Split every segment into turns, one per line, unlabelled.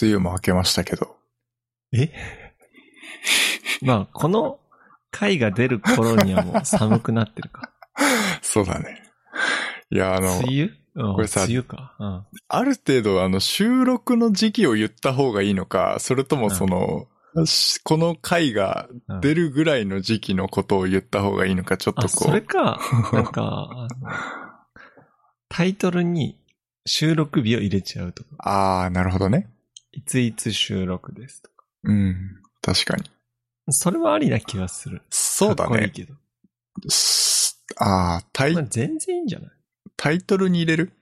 梅雨も明けましたけど。
えまあ、この回が出る頃にはもう寒くなってるか。
そうだね。い や、あの、
梅雨、うん、
これさ
梅雨か。うん。
ある程度あの収録の時期を言った方がいいのか、それともその、しこの回が
うん
出るぐらいの時期のことを言った方がいいのか、ちょっと
あ、
こ
そうれ。か、なんか、あのタイトルに収録日を入れちゃうとか、
ああ、なるほどね。
いついつ収録ですとか。
うん。確かに。
それはありな気がする。
そうだ
かっこいい
ね。
けど。
すああ、タ
まあ
イ、
全然いいんじゃない
タイトルに入れる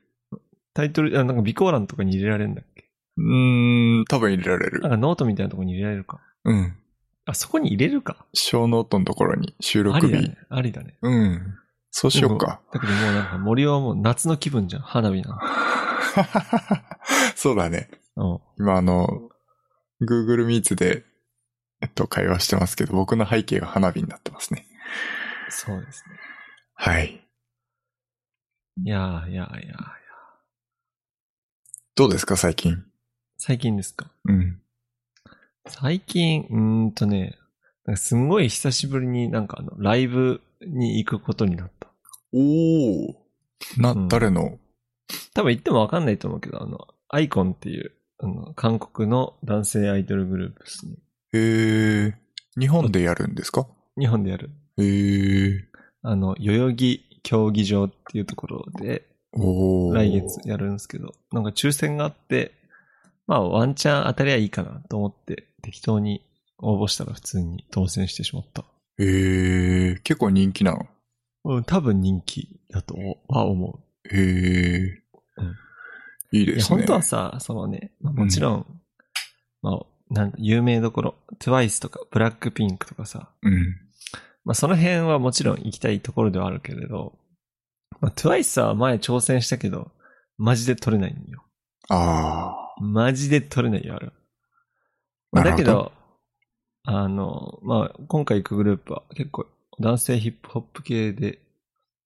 タイトル、あなんか備考欄とかに入れられるんだっけ
うーん、多分入れられる
なん。かノートみたいなとこに入れられるか。
うん。
あ、そこに入れるか。
小ノートのところに収
あ
録
りだ
日
ね。。ありだね。
うん。そうしようか。
だけどもうなんか森はもう夏の気分じゃん。花火な
そうだね。
の。
今あの、Google Meets で、えっと、会話してますけど、僕の背景が花火になってますね。
うん。そうですね。
はい。
いやーいやーいやー
どうですか、最近。
最近ですか
うん。
最近、うーんとね、なんかすんごい久しぶりになんかあの、ライブに行くことになった。
おお。な、
うん
誰の
多分言ってもわかんないと思うけど、あの、アイコンっていう、あの、韓国の男性アイドルグループですね。
へえ。日本でやるんですか
日本でやる。
へえ。
あの、代々木競技場っていうところで、
おお。
来月やるんですけど、なんか抽選があって、まあワンチャン当たりゃいいかなと思って、適当に応募したら普通に当選してしまった。
へえ。結構人気なの
うん、多分人気だとは思う。
へえ。
うん
いい
い
で
や、
すね。
本当はさ、そのね、まあもちろん、まあ、なん有名どころ、TWICE とか、ブラックピンクとかさ、
うん。
まあその辺はもちろん行きたいところではあるけれど、まあ TWICE は前挑戦したけど、マジで取れないんよ。
あ
マジで取れないよ、あれは。ま
あ。
あだけ
なるほ、
ど、あの、まあ今回行くグループは結構男性ヒップホップ系で、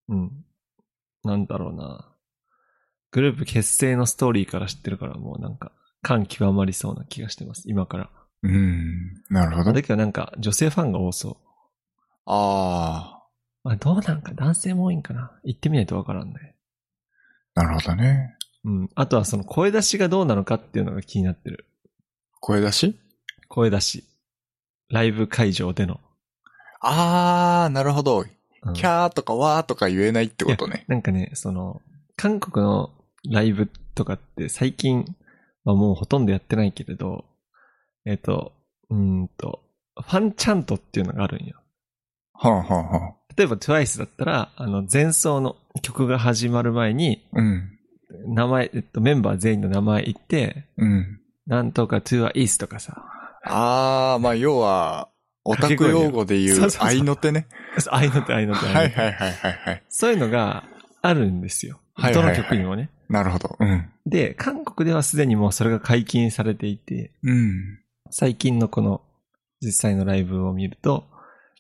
うん、なんだろうな。グループ結成のストーリーから知ってるからもうなんか感極まりそうな気がしてます、今から。
うん。なるほ
まあ
ど。
だけどなんか女性ファンが多そう。
あ
まあどうなんか男性も多いんかな。行ってみないとわからんね。
あ。なるほどね。
うん。あとはその声出しがどうなのかっていうのが気になってる。
声出し
声出し。ライブ会場での。
ああ、なるほど。
うん
キャーとかワーとか言えないってことね。
なんかね、その、韓国のライブとかって最近はもうほとんどやってないけれど、えっ、と、うーんと、ファンチャントっていうのがあるんよ。
はんはんはん。
例えば TWICE だったら、あの、前奏の曲が始まる前に、
うん。
名前、えっと、メンバー全員の名前言って、
うん。
なんとか TWICE とかさ、
ああ、まあ、要は、オタク用語で言
そううそうそう
合いの手ね。
あいのってあいのってあいの手
はいはいはいはいはい。
そういうのがあるんですよ。
はい
ど
はいは
の
い
曲にもね。
なるほど。うん。
で、韓国ではすでにもうそれが解禁されていて、
うん。
最近のこの実際のライブを見ると、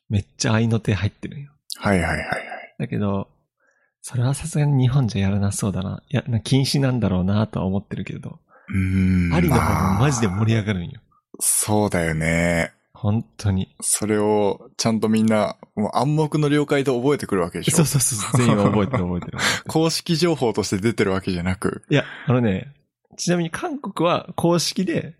めっちゃ愛の手入ってるんよ。
はいはいはいはい。
だけど、それはさすがに日本じゃやらなそうだな。いや、な禁止なんだろうなとは思ってるけれど、
うーん。
ありの方がマジで
まあ
盛り上がるんよ。
そうだよね。
本当 に。
それを、ちゃんとみんな、もう暗黙の了解で覚えてくるわけでしょ。
そうそうそう、全員覚えてる覚 えてる。
公式情報として出てるわけじゃなく。
いや、あのね、ちなみに韓国は公式で、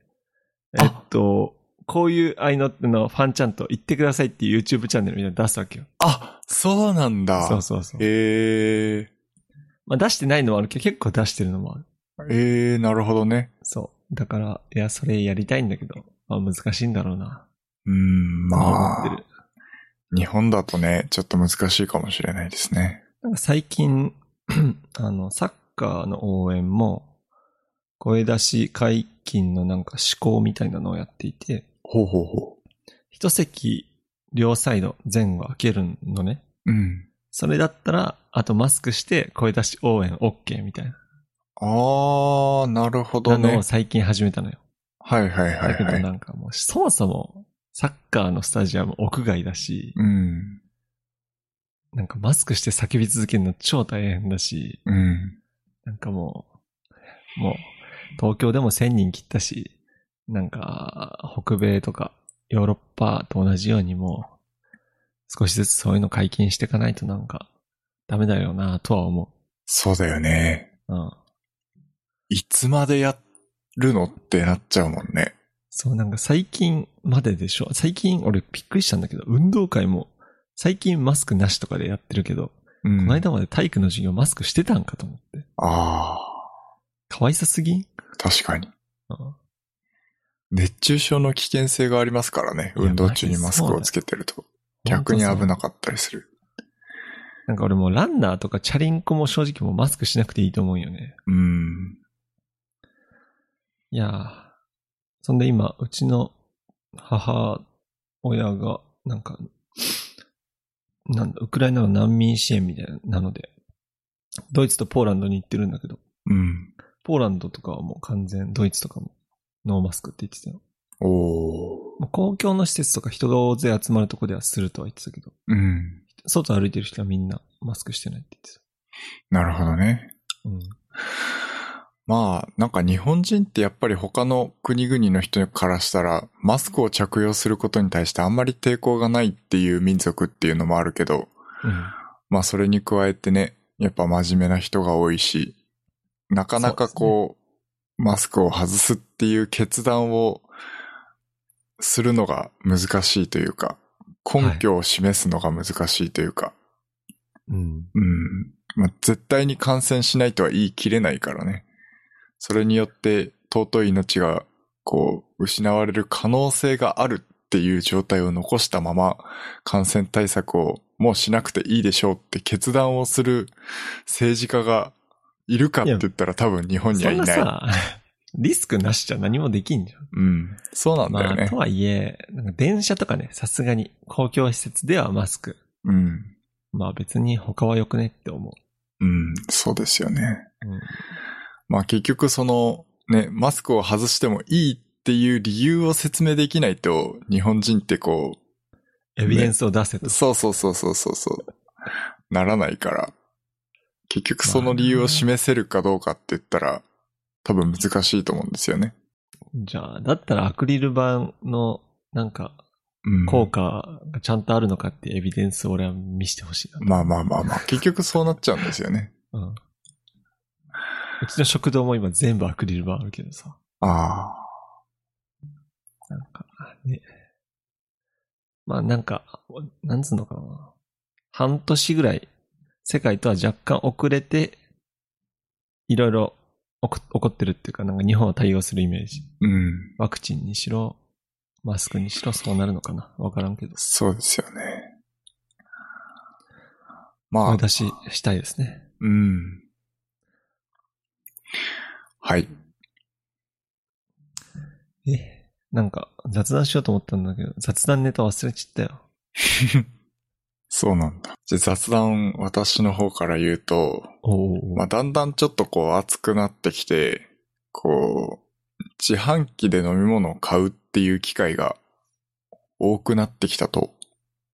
あ
えっと、こういう愛の手のファンちゃんと言ってくださいっていう YouTube チャンネルみたいなの出すわけよ。
あ、そうなんだ。
そうそうそう。
ええ
まあ出してないのもあるけど、結構出してるのもある。
ええなるほどね。
そう。だから、いや、それやりたいんだけど、まあ難しいんだろうな。
うーん、ま
思って
あ、
る。
日本だとね、ちょっと難しいかもしれないですね。
なんか最近、 あの、サッカーの応援も、声出し解禁のなんか試行みたいなのをやっていて、
ほうほうほ
一席両サイド前後開けるのね。
う。うん。
それだったら、あとマスクして声出し応援 OK みたいな。
あー、なるほど
なの
ね
を。最近始めたのよ。
はいはいは
だけ
い
ど
はい。
なんかもう、そもそも、サッカーのスタジアム屋外だし、
うん。
なんかマスクして叫び続けるの超大変だし、
うん。
なんかもう、もう、東京でも1000人切ったし、なんか、北米とかヨーロッパと同じようにもう、少しずつそういうの解禁していかないとなんか、ダメだよなとは思
そうだよね。
う。うん。
いつまでやるのってなっちゃうもんね。
そう、なんか最近まででしょ。最近俺びっくりしたんだけど、運動会も、最近マスクなしとかでやってるけど、
うん。
この間まで体育の授業マスクしてたんかと思って。
あ
かわいさすぎん、
あ、確かに。
うん
熱中症の危険性がありますからね。
いや
運動中にマスクをつけてると。逆に危な
本当そう
かったりする。
なんか俺もうランナーとかチャリンコも正直もうマスクしなくていいと思うんよね。
うん。
いやー。そんで今、うちの母親が、なんか、なんだ、ウクライナの難民支援みたいなので、ドイツとポーランドに行ってるんだけど、
うん。
ポーランドとかはもう完全、ドイツとかもノーマスクって言ってたよ。
おー。
もう公共の施設とか人が大勢集まるとこではするとは言ってたけど、
うん。
外歩いてる人はみんなマスクしてないって
なるほどね。
言ってた。
まあ、なんか日本人ってやっぱり他の国々の人からしたら、マスクを着用することに対してあんまり抵抗がないっていう民族っていうのもあるけど、
うん。うん。
まあそれに加えてね、やっぱ真面目な人が多いし、なかなかこう、マスクを外すっていう決断をするのが難しいというか、根拠を示すのが難しいというか、
うん。
うん。まあ、絶対に感染しないとは言い切れないからね。それによって尊い命がこう失われる可能性があるっていう状態を残したまま感染対策をもうしなくていいでしょうって決断をする政治家がいるかって言ったら多分日本に
そ
は
ん
い
な
ない。
さ、リスクなしじゃ何もできんじゃん。
うん。そうなんだ
ま
よ
あ、
ね
と。はいえ、なんか電車とかね、さすがに公共施設ではマスク。
うん。
まあ別に他は良くねって思
うん。そうですよね。
う。うん。
まあ結局そのね、マスクを外してもいいっていう理由を説明できないと、日本人ってこ
エビデンスを出せと。
う、そうそうそうそうそうそう、ならないから、結局その理由を示せるかどうかって言ったら、多分難しいと思うんですよね。
じゃあ、だったらアクリル板のなんか
うん。
効果がちゃんとあるのかってエビデンスを俺は見せてほしいな。
まあまあまあまあ、結局そうなっちゃうんですよね。
うん。うちの食堂も今全部アクリル板あるけどさ。
あ
なんか、ね。まあなんか、なんつうのかな。半年ぐらい、世界とは若干遅れて、いろいろ起こ起こってるっていうか、なんか日本は対応するイメージ。
あ、うん。
ワクチンにしろ、マスクにしろ、そうなるのかな。わからんけど。
そうですよね。まあ
声、出ししたいですね。
うん。はい。
え、なんか雑談しようと思ったんだけど、雑談ネタ忘れちったよ。
そうなんだ。じゃあ雑談、私の方から言うと、
おー
まあ、だんだんちょっとこう熱くなってきて、こう、自販機で飲み物を買うっていう機会が多くなってきたと、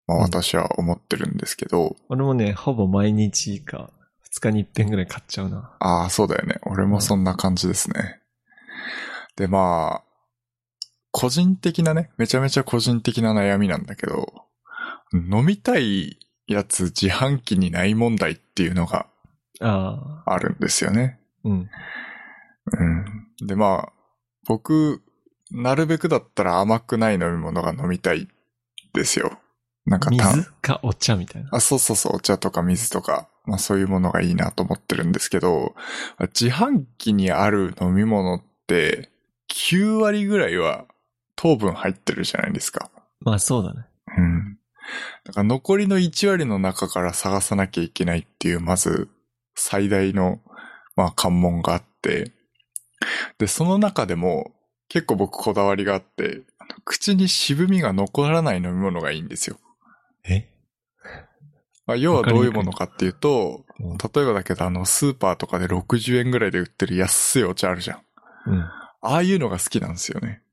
まあ、
うん
私は思ってるんですけど、
俺もね、ほぼ毎日か、二日に一遍ぐらい買っちゃうな。
ああ、そうだよね。俺もそんな感じですね。で、まあ、個人的なね、めちゃめちゃ個人的な悩みなんだけど、飲みたいやつ自販機にない問題っていうのが
ああ、
あるんですよね。
うん。
うん。で、まあ、僕、なるべくだったら甘くない飲み物が飲みたいですよ。なんかた
水かお茶みたいな。
あ、そうそうそう、お茶とか水とか、まあそういうものがいいなと思ってるんですけど、自販機にある飲み物って、9割ぐらいは糖分入ってるじゃないですか。
まあそうだね。
うん。だから残りの1割の中から探さなきゃいけないっていう、まず最大の、まあ関門があって、で、その中でも結構僕こだわりがあって、あの口に渋みが残らない飲み物がいいんですよ。
え
まあ、要はどういうものかっていうと
うん、
例えばだけど、あの、スーパーとかで60円ぐらいで売ってる安いお茶あるじゃん。
うん。
ああいうのが好きなんですよね。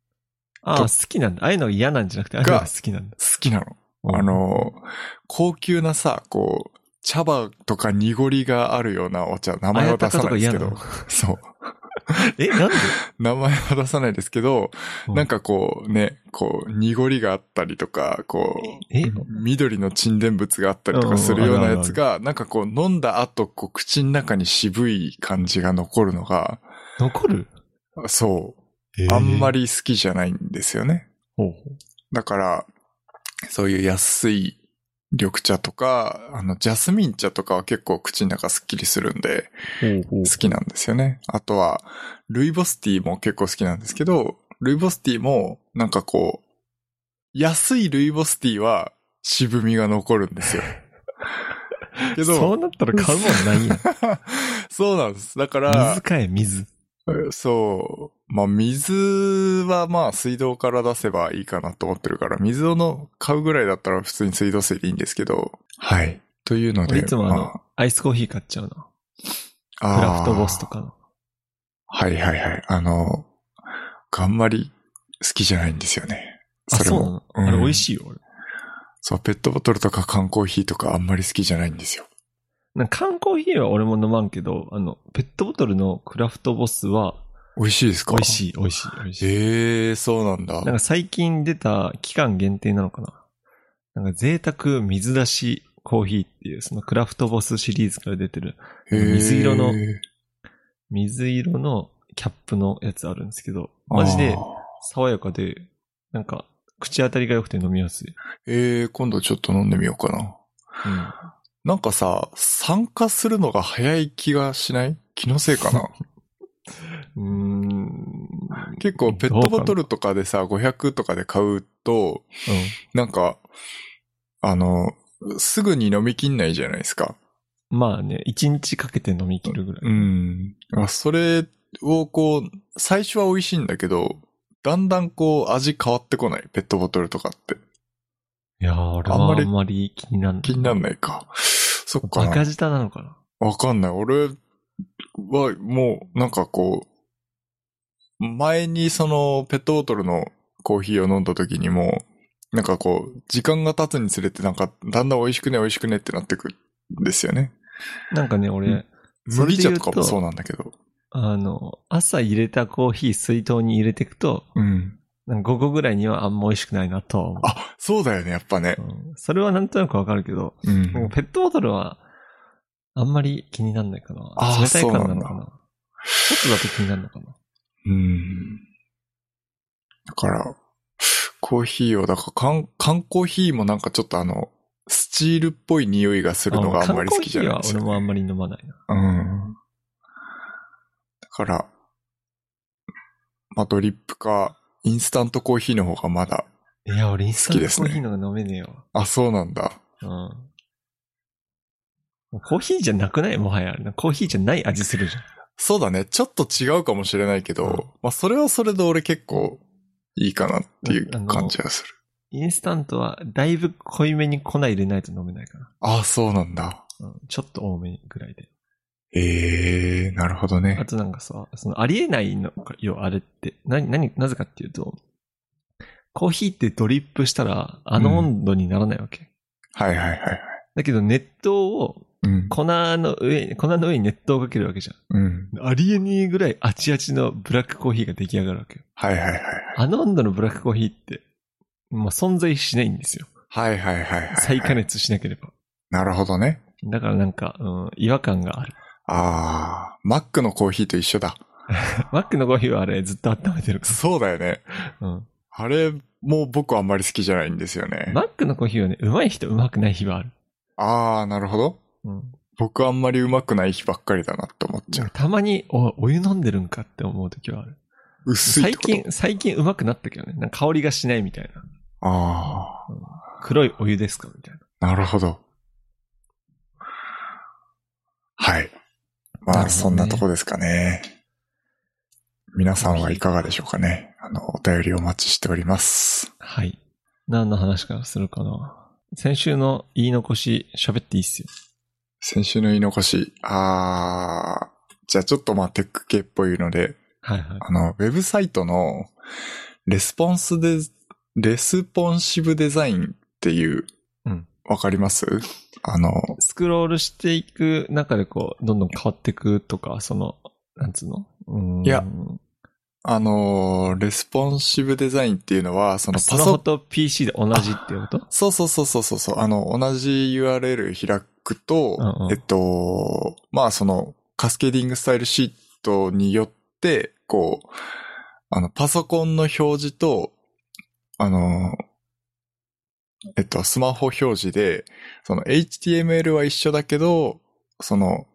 ああ、好きなんだ。ああいうのが嫌なんじゃなくて、ああいうのが好きなんだ。
好きなの。あの、高級なさ、こう、茶葉とか濁りがあるようなお茶、名
うん、あ
前
や
は
た
出
か
さ
と
ないです
か嫌
け
なの
ど、そう。
え、なんで
名前は出さないですけど、
うん
なんかこうね、こう、濁りがあったりとか、こう、
え
緑の沈殿物があったりとかするようなやつが、なんかこう飲んだ後、こう口の中に渋い感じが残るのが、
残る
そう、あんま
り。
り好きじゃないんですよね。
ほうほ
だから、そういう安い緑茶とか、あの、ジャスミン茶とかは結構口の中すっきりするんで、
うほう。
好きなんですよね。あとは、ルイボスティーも結構好きなんですけど、ルイボスティーも、なんかこう、安いルイボスティーは渋みが残るん ですよ。け
そ
ど、
うなったら買うもんない やん。
そうなんです。だから
水、かえ、水。
そう、まあ水はまあ水道から出せばいいかなと思ってるから、水をの買うぐらいだったら普通に水道水でいいんですけど、はい。というので、
いつもあ
ま
の、アイスコーヒー買っちゃうな。
あ
クラフトボスと
か
かの。
はいはいはい。あの、あんまり好きじゃないんですよね。
あ、
れ
そう
も
なのあれ美味
い。
しいよ、俺。
そう、ペットボトルとか缶コーヒーとかあんまり好きじゃないんですよ。
なんか缶コーヒーは俺も飲まんけど、あの、ペットボトルのクラフトボスは、
美味しいですか
美味しい、美味しい、美味しい。
ええー、そうなんだ。
なんか最近出た期間限定なのかななんか贅沢水出しコーヒーっていう、そのクラフトボスシリーズから出てる、
へー
水色の水色のキャップのやつあるんですけど、マジで
あー
爽やかで、なんか口当たりが良くて飲みやすい。
ええー、今度ちょっと飲んでみようかな。
うん。
なんかさ、酸化するのが早い気がしない気のせいか な
うーん。
結構ペットボトルとかでさ、500とかで買うと、なんか、あの、すぐに飲みきんないじゃないですか。
うん。まあね、一日かけて飲み切るぐらい。
うん。あそれをこう、最初は美味しいんだけど、だんだんこう味変わってこない。ペットボトルとかって。
いやー、俺は
あんまり
あんまり気にならない。
気になんないか。そっか
赤
な。
舌なのかな
わかんない。俺はもうなんかこう、前にそのペットボトルのコーヒーを飲んだ時にも、なんかこう、時間が経つにつれてなんかだんだん美味しくね美味しくねってなってくんですよね。
なんかね、俺、
うん
それ
麦
で言
茶
う
と
と
かもそうなんだけど。
あの、朝入れたコーヒー水筒に入れてくと、
うん。
なんか午後ぐらいにはあんま美味しくないなとは思う。
あ、そうだよね、やっぱね
う。んそれはなんとなくわかるけど、
うん。
なんかペットボトルは、あんまり気になんないかな。
あー
冷たい感なの
そ
か
うな
な。ちょっとだけ気になるのかな。
うん。だから、コーヒーを、だから缶、缶コーヒーもなんかちょっとあの、スチールっぽい匂いがするのがあんまり好きじゃないんで
あの
す
缶コーヒーは俺
よ。
もあんまり飲まないな。
うん。だから、まあ、ドリップか、インスタントコーヒーの方がまだ、
いや、俺インスタ
好
ント
きです
コ
ね
ーヒーのが飲めねえよ。
あ、そうなんだ。
うん。もうコーヒーじゃなくないもはや。コーヒーじゃない味するじゃん。
そうだね。ちょっと違うかもしれないけど、
うん
まあ、それはそれで俺結構いいかなっていう
あの
感じがする。
インスタントはだいぶ濃いめに粉入れないと飲めないかな。
あ、そうなんだ。
うん、ちょっと多めぐらいで。
ええー、なるほど
あ
ね。
となんかさ、そのありえないのかよ、あれって。な、なに、なぜかっていうと、コーヒーってドリップしたらあの温度にならないわけ。
はいはいはいはい。
だけど熱湯を
うん。
粉の上、粉の上に熱湯をかけるわけじゃ
うん。
ん。ありえねえぐらいあちあちのブラックコーヒーが出来上がるわけよ。
はいはいはい。
あの温度のブラックコーヒーって、もう存在しないんですよ。
はいはいはい、はい。
再加熱しなければ。
なるほどね。
だからなんか、うん、違和感がある。
ああ、マックのコーヒーと一緒だ。
マックのコーヒーはあれずっと温めてるか
そうだよね。
ら。うん。
あれ、もう僕あんまり好きじゃないんですよね。
マックのコーヒーはね、うまい日とうまくない日はある。
ああ、なるほど。
うん。
僕あんまりうまくない日ばっかりだなって思っちゃう。
たまに、お、お湯飲んでるんかって思う時はある。
薄いって
最
こと。
近、最近うまくなったけどね。なんか香りがしないみたいな。
あ
黒いお湯ですかみたい
あ、なるほど。はい。ま
な
あ、
るほどね
そんなとこですかね。皆さんはいかがでしょうかね。あの、お便りお待ちしております。
な。はい。何の話からするかな。先週の言い残し喋っていいっすよ。
先週の言い残し、あー、じゃあちょっとまあテック系っぽいので、
はいはい。
あの、ウェブサイトのレスポンスで、レスポンシブデザインっていう、
うん
わかりますあの、
スクロールしていく中でこう、どんどん変わっていくとか、その、なんつうのうん
いや、あのーレスポンシブデザインっていうのは、その
あ
パ
スマホ
ソ、
と PC で同じっていうこと
そうそうそうそうそうそう、あの、同じ URL 開くと、
うんうん
えっと、まあその、カスケーディングスタイルシートによって、こう、あの、パソコンの表示と、あのーえっと、スマホ表示で、その HTML は一緒だけど、その、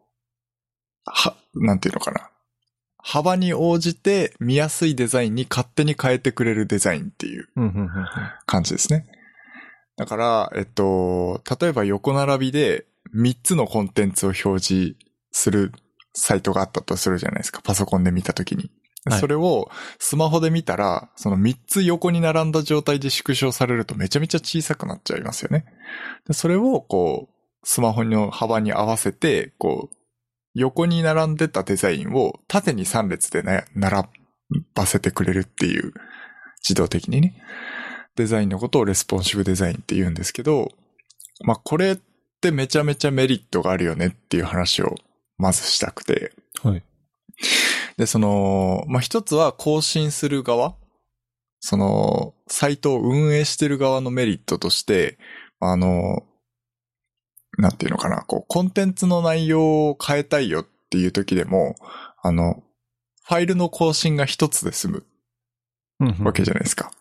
は、なんていうのかな。幅に応じて見やすいデザインに勝手に変えてくれるデザインっていう
うんうんうんうん
感じですね。だから、えっと、例えば横並びで3つのコンテンツを表示するサイトがあったとするじゃないですか。パソコンで見たときに。
はい
それをスマホで見たら、その3つ横に並んだ状態で縮小されるとめちゃめちゃ小さくなっちゃいますよね。でそれをこう、スマホの幅に合わせて、こう、横に並んでたデザインを縦に3列でね、並ばせてくれるっていう、自動的にね。デザインのことをレスポンシブデザインって言うんですけど、まあこれってめちゃめちゃメリットがあるよねっていう話をまずしたくて。
はい。
で、その、まあ一つは更新する側、その、サイトを運営してる側のメリットとして、あの、なんていうのかな、こう、コンテンツの内容を変えたいよっていう時でも、あの、ファイルの更新が一つで済む
うんうん
わけじゃないですか。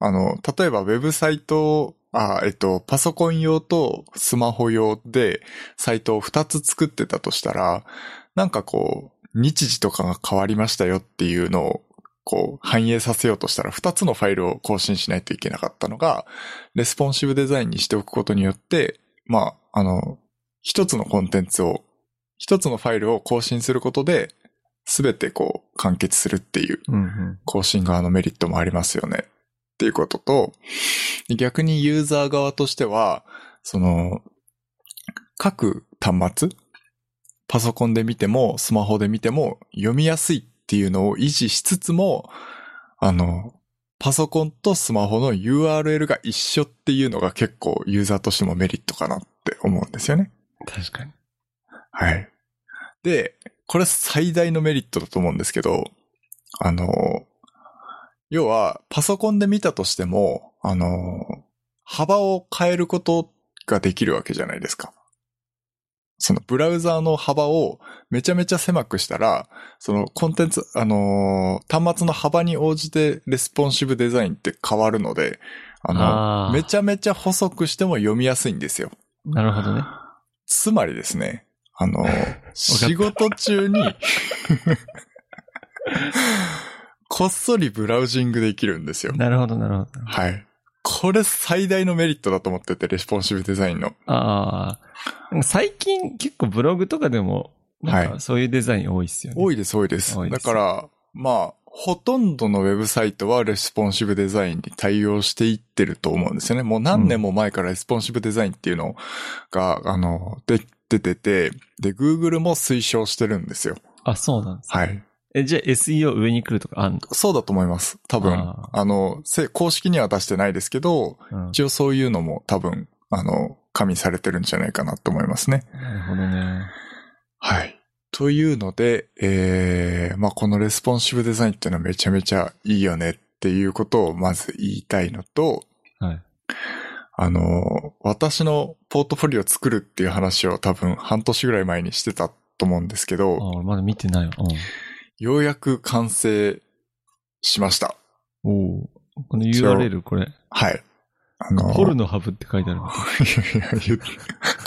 あの、例えばウェブサイト、あ、えっと、パソコン用とスマホ用でサイトを2つ作ってたとしたら、なんかこう、日時とかが変わりましたよっていうのを、こう、反映させようとしたら、2つのファイルを更新しないといけなかったのが、レスポンシブデザインにしておくことによって、まあ、あの、一つのコンテンツを、一つのファイルを更新することで、すべてこう、完結するっていう
うんうん
更新側のメリットもありますよね。っていうことと、逆にユーザー側としては、その、各端末、パソコンで見ても、スマホで見ても、読みやすいっていうのを維持しつつも、あの、パソコンとスマホの URL が一緒っていうのが結構ユーザーとしてもメリットかなって思うんですよね。
確かに。
はい。で、これ最大のメリットだと思うんですけど、あの、要は、パソコンで見たとしても、あの、幅を変えることができるわけじゃないですか。そのブラウザーの幅をめちゃめちゃ狭くしたら、そのコンテンツ、あの端末の幅に応じてレスポンシブデザインって変わるので、あの、
ああ。
めちゃめちゃ細くしても読みやすいんですよ。
なるほどね。
つまりですね、あ の、仕事中に、こっそりブラウジングできるんですよ。
なるほど、なるほど。
はい。これ最大のメリットだと思ってて、レスポンシブデザインの。
ああ。なんか最近結構ブログとかでも、なん
は
かそういうデザイン多いっすよね。
多
い。
いです、多いです。
多いで
だ
す
から、まあ、ほとんどのウェブサイトはレスポンシブデザインに対応していってると思うんですよね。もう何年も前からレスポンシブデザインっていうのが、あの、で出てて、で、Google も推奨してるんですよ。
あ、そうなんですか。
はい。
え、じゃあ SEO 上に来るとかあんの
そうだと思います。多分。
あ
あの、せ公式には出してないですけど、
うん
一応そういうのも多分、あの、加味されてるんじゃないかなと思いますね。
なるほどね。
はい。というので、えー、まあ、このレスポンシブデザインっていうのはめちゃめちゃいいよねっていうことをまず言いたいのと、
はい。
あの、私のポートフォリオを作るっていう話を多分半年ぐらい前にしてたと思うんですけ
あ
ど、
俺まだ見てないわ。
ようやく完成しました。
うん。おお。この URL これ。
はい。あの
ポルノハブって書 いてある。
いや、言う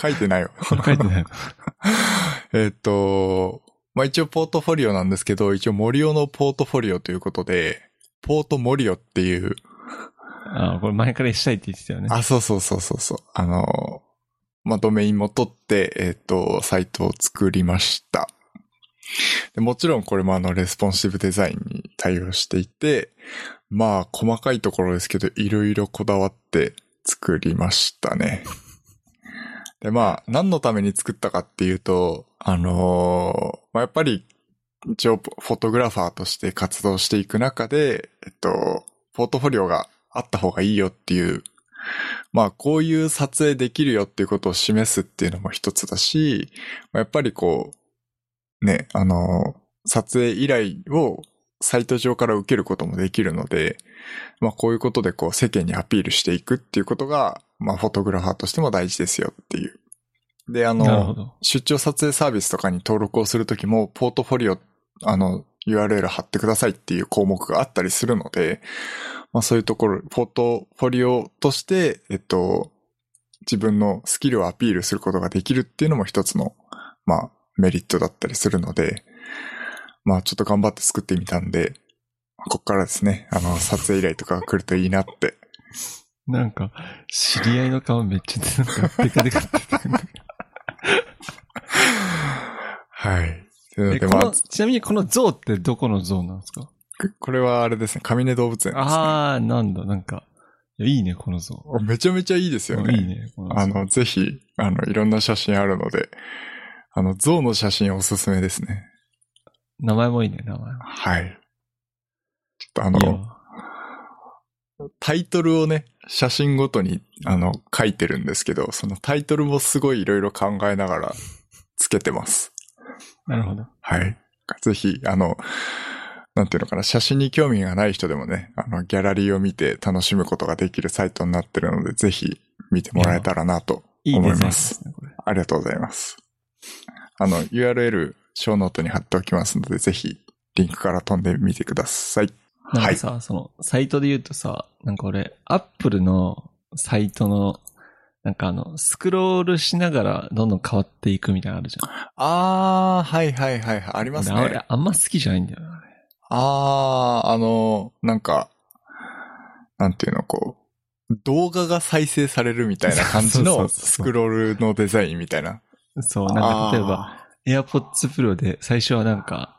書いてないよ。
書いてない。
えっと、まあ、一応ポートフォリオなんですけど、一応森尾のポートフォリオということで、ポート森尾っていう、
ああ、これ前からしたいって言ってたよね。
あ、そうそうそうそうそう、あの、まあ、ドメインも取って、えっと、サイトを作りました。でもちろんこれもあの、レスポンシブデザインに対応していて、まあ、細かいところですけど、いろいろこだわって作りましたね。で、まあ、何のために作ったかっていうと、あのーまあ、やっぱり、一応、フォトグラファーとして活動していく中で、えっと、ポートフォリオがあった方がいいよっていう、まあ、こういう撮影できるよっていうことを示すっていうのも一つだし、まあやっぱりこう、ね、あのー撮影依頼をサイト上から受けることもできるので、まあこういうことでこう世間にアピールしていくっていうことが、まあフォトグラファーとしても大事ですよっていう。で、あ
なるほ
の、
ど。
出張撮影サービスとかに登録をするときも、ポートフォリオ、あの、URL 貼ってくださいっていう項目があったりするので、まあそういうところ、ポートフォリオとして、えっと、自分のスキルをアピールすることができるっていうのも一つの、まあ、メリットだったりするので、まあちょっと頑張って作ってみたんで、こっからですね、あの、撮影依頼とかが来るといいなって
なんか、知り合いの顔めっちゃ、なんか、デカデカって言って る。
はい。で、
えこ
ま
の
あ、
ちなみにこの像ってどこの像なんですか
これはあれですね、上根動物園ですね。
あー、なんだ、なんか。いやいいね、この像。
めちゃめちゃいいですよね。
いいね、この像。
あの、ぜひ、あの、いろんな写真あるので、あの、象の写真おすすめですね。
名前もいいね、名前も。
はい。ちょっとあ
いい
の、
よ。
タイトルをね、写真ごとに、あの、書いてるんですけど、そのタイトルもすごいいろいろ考えながらつけてます。
なるほど。
はい。ぜひ、あの、なんていうのかな、写真に興味がない人でもね、あの、ギャラリーを見て楽しむことができるサイトになってるので、ぜひ見てもらえたらなと
いい
思
デ
い
ザインで
ます。
すね、これ。
ありがとうございます。あの、URL、小ノートに貼っておきますので、ぜひ、リンクから飛んでみてください。
なん
は
か
い
さ、その、サイトで言うとさ、なんか俺、アップルのサイトの、なんかあの、スクロールしながらどんどん変わっていくみたいなのあるじゃん。
あー、はいはいはい、あります
俺、俺
ね。
あんま好きじゃないんだよな、あれ
あー、あの、なんか、なんていうの、こう、動画が再生されるみたいな感じ
そうそ
の
うそう
スクロールのデザインみたいな。
そう、なんか例えば、AirPods Pro で最初はなんか、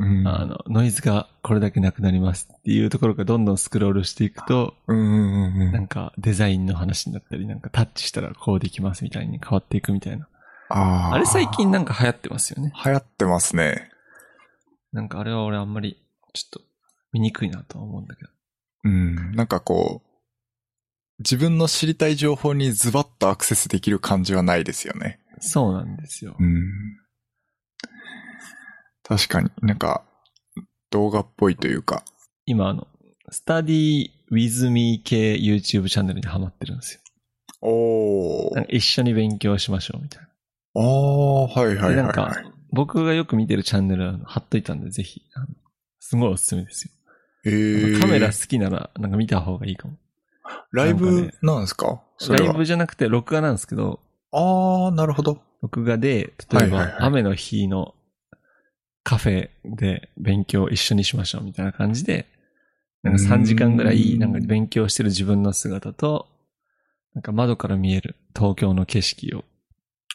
あー、うん
あの、ノイズがこれだけなくなりますっていうところがどんどんスクロールしていくと、
うんうんうんう。
なんんかデザインの話になったり、なんかタッチしたらこうできますみたいに変わっていくみたいな。
あー
あれ最近なんか流行ってますよね。
流行ってますね。
なんかあれは俺あんまり、ちょっと、見にくいなとは思うんだけど。
うん。なんかこう、自分の知りたい情報にズバッとアクセスできる感じはないですよね。
そうなんですよ。
ん。確かになんか、動画っぽいというか。
今あの、スタディウィズミー系 YouTube チャンネルにハマってるんですよ。
お
なん
ー。
か一緒に勉強しましょうみたいな。
あー、はいはい
で、
はい、
なん
は
か
い。、
僕がよく見てるチャンネルはあの貼っといたんで、ぜひ、あのすごいおすすめですよ。
えー、
カメラ好きなら、なんか見た方がいいかも。
ライ
なんか
ブ
ね
なんですかそれ
ライ
は。
ブじゃなくて、録画なんですけど、
あー、なるほど。
録画で、例え
はいはい
ば
はい
雨の日のカフェで勉強を一緒にしましょうみたいな感じで、なんか3時間ぐら
うー
い
ん
なんか勉強してる自分の姿と、なんか窓から見える東京の景色を、ず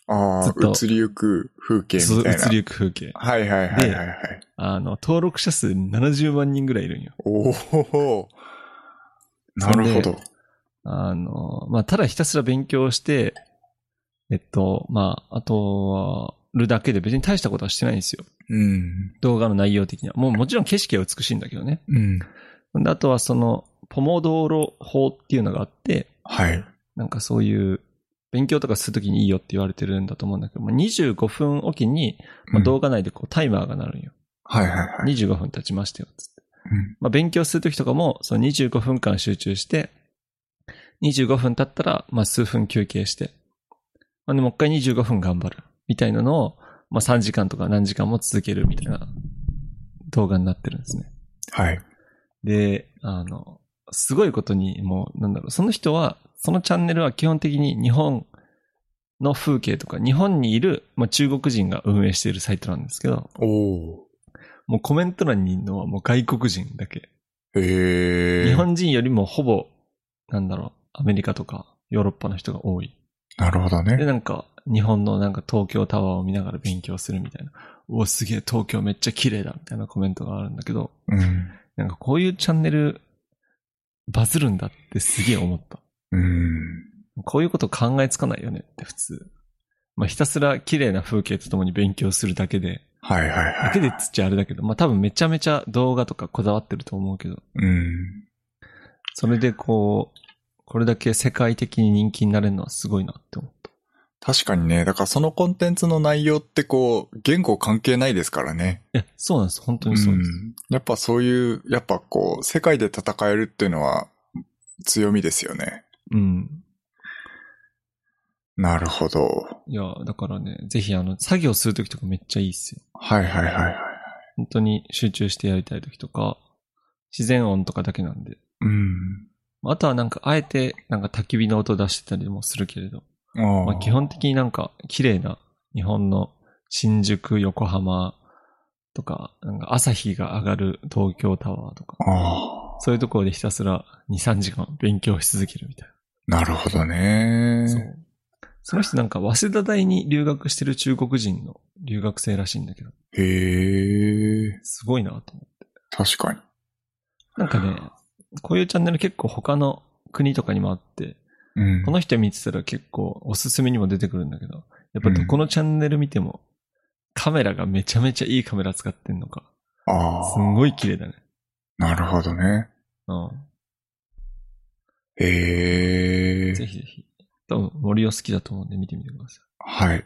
あ
っと
ー、移りゆく風景
そう
みたい
移
な。
りゆく風景。
はいはいはいはいはい。
あの、登録者数70万人ぐらいいるんよ。
おお。なるほど。
あの、まあ、ただひたすら勉強して、えっと、まあ、あとは、るだけで別に大したことはしてないんですよ。
うん。
動画の内容的には。もうもちろん景色は美しいんだけどね。
うん。
であとはその、ポモドーロ法っていうのがあって、
はい。
なんかそういう、勉強とかするときにいいよって言われてるんだと思うんだけど、まあ、25分おきに、まあ動画内でこうタイマーが鳴るんよ。
はいはいはい。
25分経ちましたよ、つって
うん。
まあ、勉強するときとかも、その25分間集中して、25分経ったら、まあ、数分休憩して、まあ、でもう一回25分頑張る、みたいなのを、まあ、3時間とか何時間も続けるみたいな動画になってるんですね。
はい。
で、あの、すごいことに、もう、なんだろう、その人は、そのチャンネルは基本的に日本の風景とか、日本にいる、まあ、中国人が運営しているサイトなんですけど、
おお。
もうコメント欄にいるのはもう外国人だけ。
へえ。
日本人よりもほぼ、なんだろう、アメリカとかヨーロッパの人が多い。
なるほど
で、
ね。
なんか、日本のなんか東京タワーを見ながら勉強するみたいな。おお、すげえ、東京めっちゃ綺麗だみたいなコメントがあるんだけど、
うん。
なんかこういうチャンネル、バズるんだってすげえ思った。
うん。
こういうこと考えつかないよねって普通。まあ、ひたすら綺麗な風景とともに勉強するだけで、
はいはい
だ
は
け
い。
でっつっちゃあれだけど、まあ、多分めちゃめちゃ動画とかこだわってると思うけど、
うん。
それでこう、これだけ世界的に人気になれるのはすごいなって思っ
確かにね、だからそのコンテンツの内容ってこう、言語関係ないですからね。
いや、そうなんです。本当にそうです。
んやっぱそういう、やっぱこう、世界で戦えるっていうのは強みですよね。
うん。
なるほど。
いや、だからね、ぜひあの、作業するときとかめっちゃいいっすよ。
はいはいはいはい。
本当に集中してやりたいときとか、自然音とかだけなんで。
うん。
あとはなんか、あえて、なんか焚き火の音出してたりもするけれど。
あ
まあ基本的になんか、綺麗な日本の新宿、横浜とか、なんか朝日が上がる東京タワーとか、
ああ、
そういうところでひたすら2、3時間勉強し続けるみたい
なるほどね
な。。そう。その人なんか、早稲田大に留学してる中国人の留学生らしいんだけど、
へえ、
すごいなと思って。
確かに。
なんかね、こういうチャンネル結構他の国とかにもあって、
うん。
この人見てたら結構おすすめにも出てくるんだけど、やっぱどこのチャンネル見ても、カメラがめちゃめちゃいいカメラ使ってんのか。
あ
す
あ、
んごい綺麗だね。
なるほどね。
う
へえ
ん。。ぜひぜひ。多分森を好きだと思うんで見てみてくださ
はい。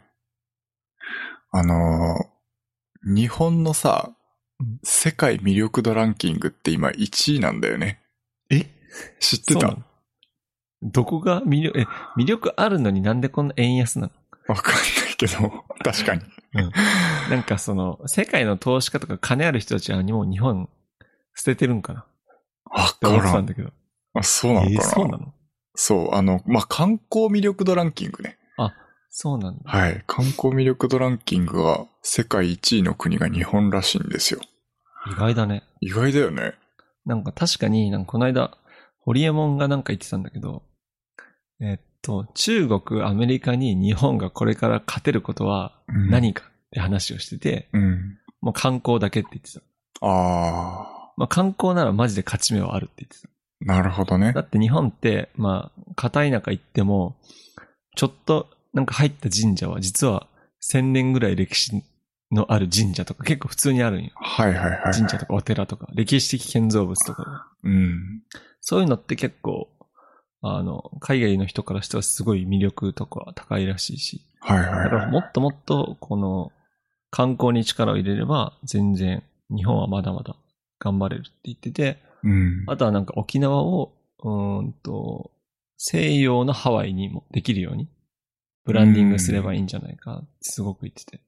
あのー日本のさ
うん、
世界魅力度ランキングって今1位なんだよね。
い。え
知ってたわ
どこが魅力、え、魅力あるのになんでこんな円安なの
かんないけ ど、確かに。
なんかその、世界の投資家とか金ある人たちはもう日本捨ててるんかな
わ
って
か
思って
ら
たん
ん。
だけど。
あ、そう
え
なのか
ー
な。
そうなの
そう、あの、まあ、観光魅力度ランキングね。
そうなんだ。
はい。観光魅力度ランキングは世界1位の国が日本らしいんですよ。
意外だね。
意外だよね。
なんか確かに、なんかこの間、ホリエモンがなんか言ってたんだけど、えっと、中国、アメリカに日本がこれから勝てることは
うん
何かって話をしてて、
うん。
もう観光だけって言ってた。
あ
まあ観光ならマジで勝ち目はあるって言ってた。
ー、なるほどね
だ。って日本って、まあ、片田舎行っても、ちょっとなんか入った神社は実は1000年ぐらい歴史のある神社とか結構普通にあるんよ。
はいはいはい。
神社とかお寺とか、歴史的建造物とかが。
うん。
そういうのって結構、あの、海外の人からしてはすごい魅力とか高いらしいし、
はいはい
だか
は
ら
い。
もっともっとこの観光に力を入れれば全然日本はまだまだ頑張れるって言ってて、
うん。
あとはなんか沖縄を、うーんと、西洋のハワイにもできるようにブランディングすればいいんじゃないかってすごく言ってて。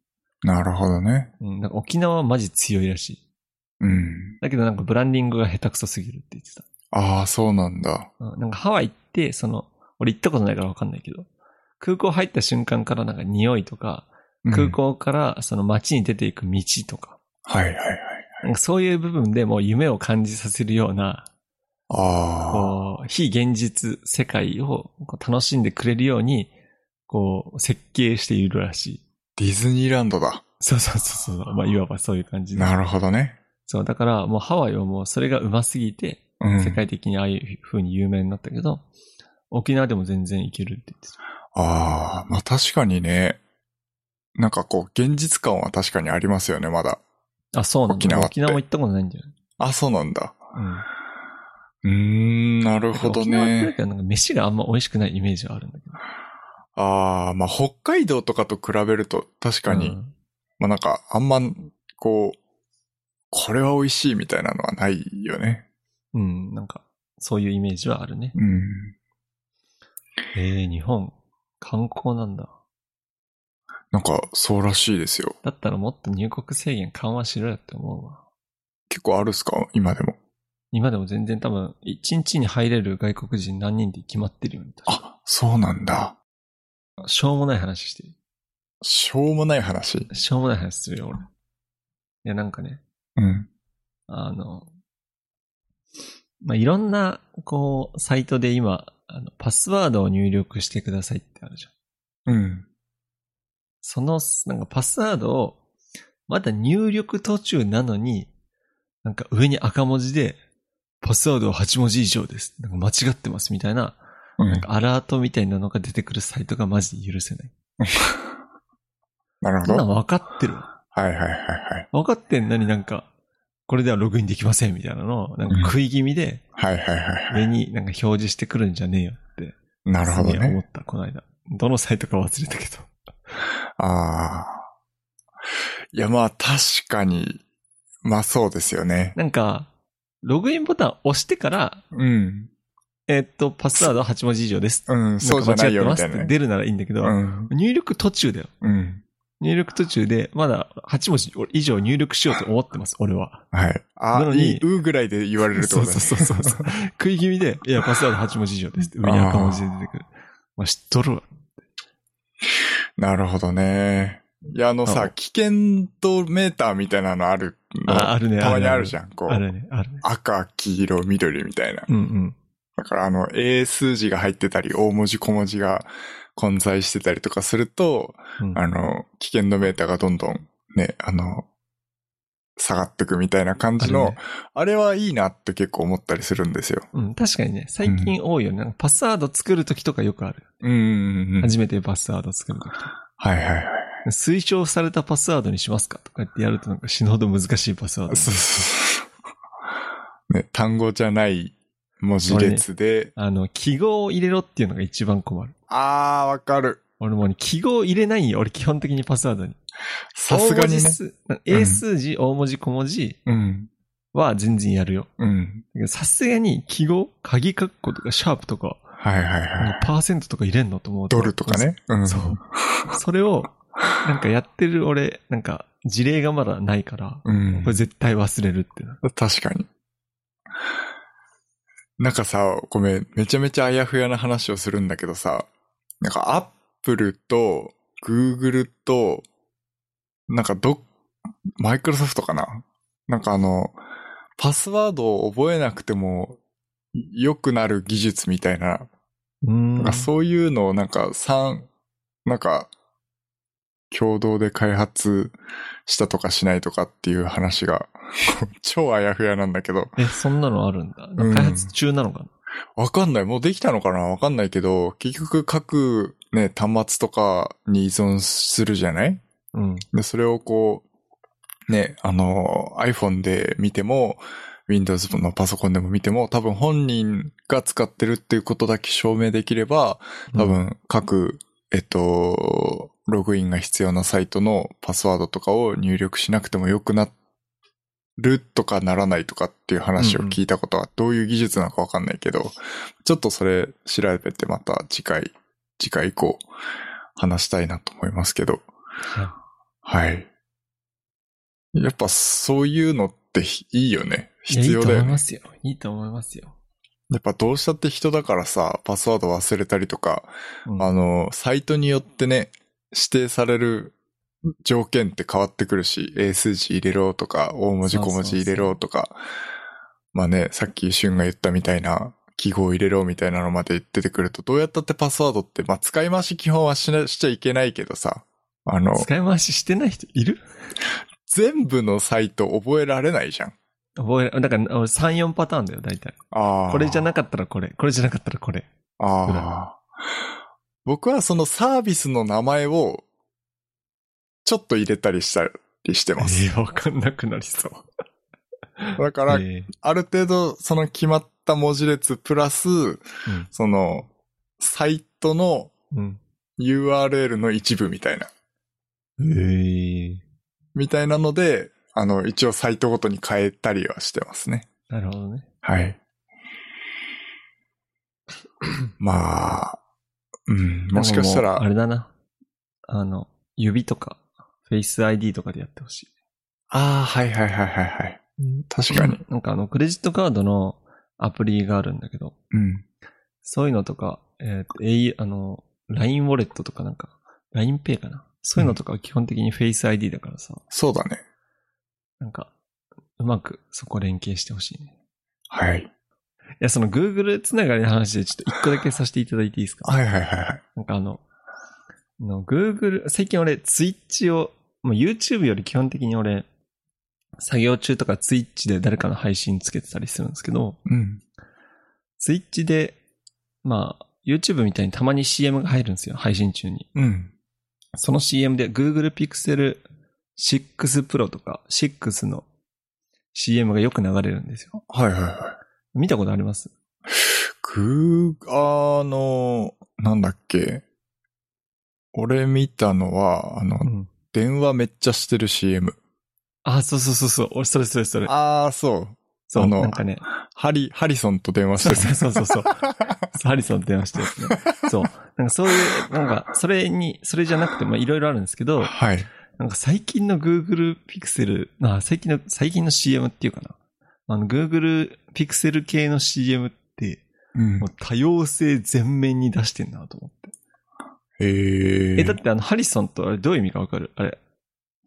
なるほどね。
うん、なんか沖縄はマジ強いらしい。
うん。
だけどなんかブランディングが下手くそすぎるって言ってた。
ああ、そうなんだ。
うんなんかハワイって、その、俺行ったことないからわかんないけど、空港入った瞬間からなんか匂いとか、
うん
空。港からその街に出ていく道とか、
はいはいはい。
なんかそういう部分でもう夢を感じさせるような、
ああ、
こう、非現実世界をこう楽しんでくれるように、こう、設計しているらしい。
ディズニーランドだ。
そうそうそうそう。まあ、いわばそういう感じで。
なるほどね。
そう、だからもうハワイはもうそれが上手すぎて、
うん。
世界的にああいう風に有名になったけど、沖縄でも全然行けるって言ってた。
ああ、まあ確かにね。なんかこう、現実感は確かにありますよね、まだ。
あ、そうなんだ。
沖縄って
沖縄も行ったことないんじゃない
あ、そうなんだ。
う
うー
ん。
ん、なる
な
ほど
沖縄って
ね。
なんか飯があんま美味しくないイメージはあるんだけど。
ああ、まあ北海道とかと比べると確かに、
うん
まあなんかあんま、こう、これは美味しいみたいなのはないよね。
うん、なんか、そういうイメージはあるね。
うん。
ええ日本、観光なんだ。
なんかそうらしいですよ。
だったらもっと入国制限緩和しろよって思うわ。
結構あるっすか今でも。
今でも全然多分、一日に入れる外国人何人で決まってるよね。確か
あ、そうなんだ。
しょうもない話してる。
しょうもない話。
しょうもない話するよ、俺。いや、なんかね、
うん。
あの、まあ、いろんな、こう、サイトで今、あの、パスワードを入力してくださいってあるじゃん。
うん。
その、なんかパスワードを、まだ入力途中なのに、なんか上に赤文字で、パスワードは8文字以上です。なんか間違ってますみたいな、
うん
なんかアラートみたいなのが出てくるサイトがマジで許せない。
なる
そ
ほ
んな
ど。
ん分かってるわ。
はいはいはいはい。
分かってんのになんか、これではログインできませんみたいなのを、なんか食い気味で、
はいはいはいは
上になんか表示してくるんじゃねえよって、
い。なるほど
すげえ思
ね。
った、この間。どのサイトか忘れたけど。
ああ。いや、まあ確かに、まあそうですよね。
なんか、ログインボタン押してから、
うん。
えーっと、パスワード8文字以上です。
うん、 そうじゃないよ
ん
み
か
たいな
間違ってますって
ね。
出るならいいんだけど、
うん。
入力途中だよ。
うん。
入力途中で、まだ8文字以上入力しようと思ってます、俺は。
はい。
な
あ
の、に
いい、うぐらいで言われるって
そ
こ
う
とだね。
そうそう そう。食い気味で、いや、パスワード8文字以上ですって、上に赤文字で出てくる。まあ、知っとるわ。
なるほどね。いや、あの
あ
さ、危険度メーターみたいなのあるの。
あ、あるね、
たまにあるじ
ゃん。
ゃん。こ
あ
う、
るね、あるね。
赤、黄色、緑みたいな。
うんうん。
だからあの、英数字が入ってたり、大文字小文字が混在してたりとかすると、
うん
あの、危険度メーターがどんどんね、あの、下がってくみたいな感じの、あ
ある
れ,、
ね
はいいなって結構思ったりするんですよ。
うん、確かにね、最近多いよね。なんかパスワード作るときとかよくある。
うんうんうん。はい
初めてパスワード作るとき。
はいはい。
推奨されたパスワードにしますかとかってやるとなんか死ぬほど難しいパスワード。
そうそうそう。ね、単語じゃない文字列で、
あの、記号を入れろっていうのが一番困る。
あー、わかる。
俺もうね、記号入れないよ。俺基本的にパスワードに。
さすがに
大文字
ね。
数な英数字、大文字、小文字
うん。
は全然やるよ。
うん。
だけどさすがに記号、鍵括弧とかシャープとか、
はいはいはい。
パーセントとか入れんのと思うと。
ドルとかね。うん。
そう。それを、なんかやってる俺、なんか事例がまだないから、
うん
これ。絶対忘れるってな。
確かに。なんかさ、ごめん、めちゃめちゃあやふやな話をするんだけどさ、なんかアップルと、グーグルと、なんかど、マイクロソフトかななんかあの、パスワードを覚えなくても良くなる技術みたいな
うー
なん
ん
かそういうのをなんか三、なんか、共同で開発したとかしないとかっていう話が、 こう超あやふやなんだけど、
え、そんなのあるんだ。
うん
開発中なのかな、
わかんない。もうできたのかなわかんないけど、結局各ね、端末とかに依存するじゃない
うん、
で、それをこう、ね、あの、iPhone で見ても、Windows のパソコンでも見ても、多分本人が使ってるっていうことだけ証明できれば、多分各、えっと、ログインが必要なサイトのパスワードとかを入力しなくてもよくなるとかならないとかっていう話を聞いたことは、どういう技術なのかわかんないけど、ちょっとそれ調べてまた次回、次回以降話したいなと思いますけど、
は
はい。やっぱそういうのってひいいよね。
い。いや
必要だ
い
よ
いと思い
ね
ま。すよ。いいと思いますよ。
やっぱどうしたって人だからさ、パスワード忘れたりとか、
うん
あの、サイトによってね、指定される条件って変わってくるし、英数字入れろとか、大文字
そう
小
そうそ
文
う
字入れろとか、まあね、さっき俊が言ったみたいな、記号入れろみたいなのまで出てくると、どうやったってパスワードって、まあ使い回し基本はしなしちゃいけないけどさ、あの、
使い回ししてない人いる
全部のサイト覚えられないじゃん。
覚え、だから俺3、4パターンだよ、大体。
ああ。
これじゃなかったらこれ、これじゃなかったらこれ。ぐらい
ああ。僕はそのサービスの名前を、ちょっと入れたりしたりして ます。
えーわかんなくなりそう。
だから、
えー
ある程度、その決まった文字列プラス、その、サイトの
うん。
URL の一部みたいな、
うん。えー
みたいなので、あの、一応サイトごとに変えたりはしてますね。
なるほどね。
はい。 まあ、うん、もしかした
なんもうあ
ら、
れだな。あの、指とか、フェイス ID とかでやってほしい。
ああ、はいはいはいはいはい。確かに。
なんかあの、クレジットカードのアプリがあるんだけど、
うん。
そういうのとか、えー、A、あの、LINE ウォレットとかなんか、LINEPay かな。そういうのとかは基本的に Face ID だからさ、
そうだね。
なんか、うまくそこ連携してほしいね。
はい。
いや、その Google つながりの話でちょっと一個だけさせていただいていいですか
はいはいはいはい。
なんかあの、あの Google、最近俺 Twitch を、もう YouTube より基本的に俺、作業中とか Twitch で誰かの配信つけてたりするんですけど、
うん。
Twitch で、まあ、YouTube みたいにたまに CM が入るんですよ、配信中に。
うん。
その CM で Google Pixel 6 Pro とか6の CM がよく流れるんですよ。
はいはいはい。
見たことあります
くー、あの、なんだっけ。俺見たのは、あの
う、ん。
電話めっちゃしてる CM。
あ、そうそうそうそう。俺、それそれそれ。
ああ、そう。
そう、
あの
なんかね。
ハリ、ハリソンと電話し
そう
て
そうそうそ うそう。ハリソンと電話してですね。そう。なんかそういう、なんか、それに、それじゃなくて、まあいろいろあるんですけ
る。
ど、
はい。
なんか最近の Google Pixel、あ、最近の、最近の CM っていうかな。あの、Google Pixel 系の CM って、
うん
もう。多様性全面に出してんなと思って。
えー、
え、だってあの、ハリソンとあれどういう意味かわかるあれ、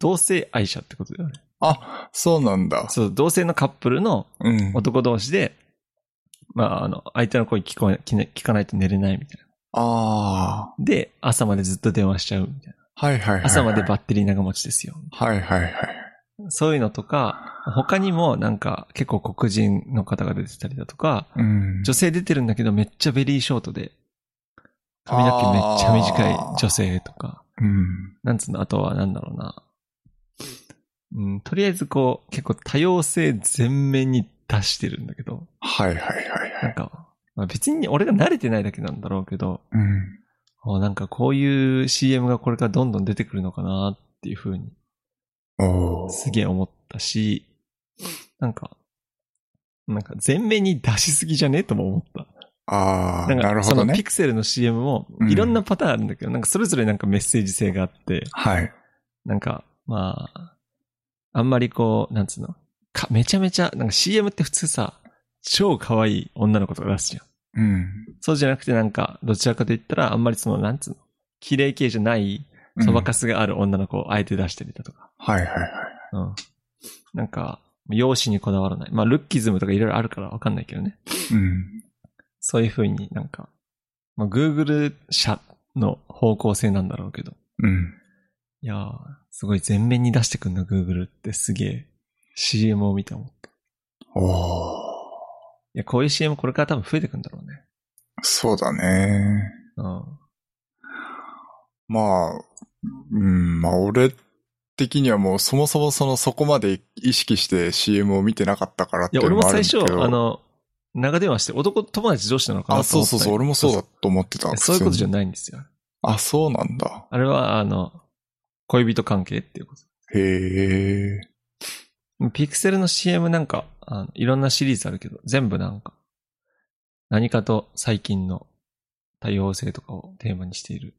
同性愛者ってことだよね。
あ、そうなんだ。
そう、同性のカップルの
うん。
男同士で、まあ、あの、相手の声聞こえ、聞ね聞かないと寝れないみたいな。
ああ。
で、朝までずっと電話しちゃうみたいな。
はいはいはい、はい。
朝までバッテリー長持ちですよ。
はいはいはい。
そういうのとか、他にもなんか結構黒人の方が出てたりだとか、
うん。
女性出てるんだけどめっちゃベリーショートで、髪の毛めっちゃ短い女性とか、
うん。
なんつうの、あとはなんだろうな。うん、とりあえずこう、結構多様性全面に出してるんだけど、
はいはいはいは
なん
い。
か、まあ、別に俺が慣れてないだけなんだろうけど、
うん。
あなんかこういう CM がこれからどんどん出てくるのかなっていうふうに
おー
すげえ思ったし、なんか、なんか全面に出しすぎじゃねえとも思った。
ああ、
んか
なるほど
その
ね
ピ。クセルの CM も
うん
いろんなパターンあるんだけど、なんかそれぞれなんかメッセージ性があって、
はい。
なんか、まあ、あんまりこう、なんつうの、かめちゃめちゃ、なんか CM って普通さ、超可愛い女の子とか出すじゃん。
うん。
そうじゃなくてなんか、どちらかと言ったら、あんまりその、なんつうの、綺麗系じゃない、そばかすがある女の子をあえて出してみたとか。
うん。はいはいはい。
うん。なんか、容姿にこだわらない。まあ、ルッキズムとかいろいろあるからわかんないけどね。
うん。
そういう風になんか、まあ、Google 社の方向性なんだろうけど。
うん。
いやー、すごい全面に出してくんな、Google ってすげえ。CM を見て思った。い
おー
や、こういう CM これから多分増えてくんだろうね。
そうだね。
うん。
まあ、うん、まあ俺的にはもうそもそもそのそこまで意識して CM を見てなかったからっ
い
ていう
や、俺
の
も
もあるん
最
だけ
初、
ど。
あ、の、長電話して男友達同士なのかな
あ、
と
そう
思った
そうそう、俺もそうだと思ってた。
そういうことじゃ
普通に
ないんですよ。
あ、そうなんだ。
あれは、あの、恋人関係っていうこと。
へえ。
ピクセルの CM なんか、あのいろんなシリーズあるけど、全部なんか、何かと最近の多様性とかをテーマにしている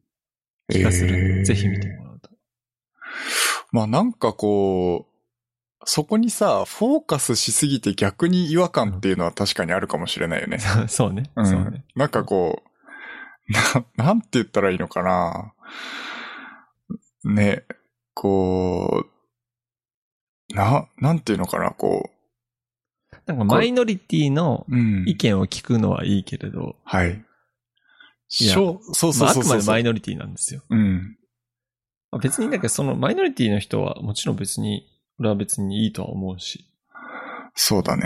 気がするんで、
えー
ぜひ見てもらうと。
まあなんかこう、そこにさ、フォーカスしすぎて逆に違和感っていうのは確かにあるかもしれないよね。
そう そうね、
うん
そうね。
なんかこう、な、 なんて言ったらいいのかな。ね、こう、な、なんていうのかな、こ
なんかマイノリティの
う。うん。
意見を聞くのはいいけれど、
はい。
いや
しょそうそう
まあ、あ
そう
く
そ
ま
う
でマイノリティなんですよ。
うん。
まあ別に、なんかそのマイノリティの人はもちろん別に、俺は別にいいとは思うし、
そうだね。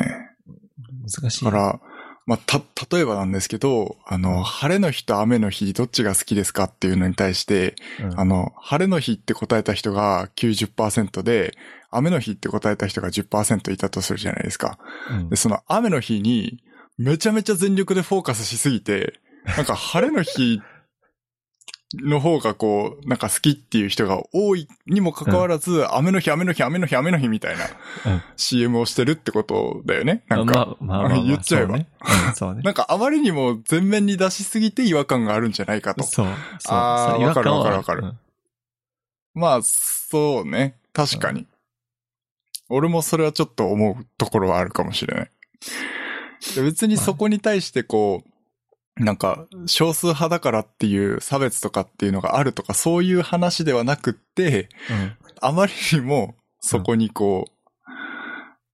難しい
だ
な。
から、まあ、た、例えばなんですけど、あの、晴れの日と雨の日、どっちが好きですかっていうのに対して、
うん
あの、晴れの日って答えた人が90%で、雨の日って答えた人が10%いたとするじゃないですか。
うん
で、その雨の日に、めちゃめちゃ全力でフォーカスしすぎて、なんか晴れの日の方がこう、なんか好きっていう人が多いにもかかわらず、雨の日、雨の日、雨の日、雨の日みたいな
うん
CM をしてるってことだよね。なんか、
まあまあまあまあ、
言っちゃえば
そうね。うんそうね。
なんかあまりにも全面に出しすぎて違和感があるんじゃないかと。
そう。そう。
あー
それ違和感は
わかるわかるわかる
うん
まあ、そうね。確かに。俺もそれはちょっと思うところはあるかもしれない。で別にそこに対してこう、なんか、少数派だからっていう差別とかっていうのがあるとか、そういう話ではなくって、
うん
あまりにもそこにこ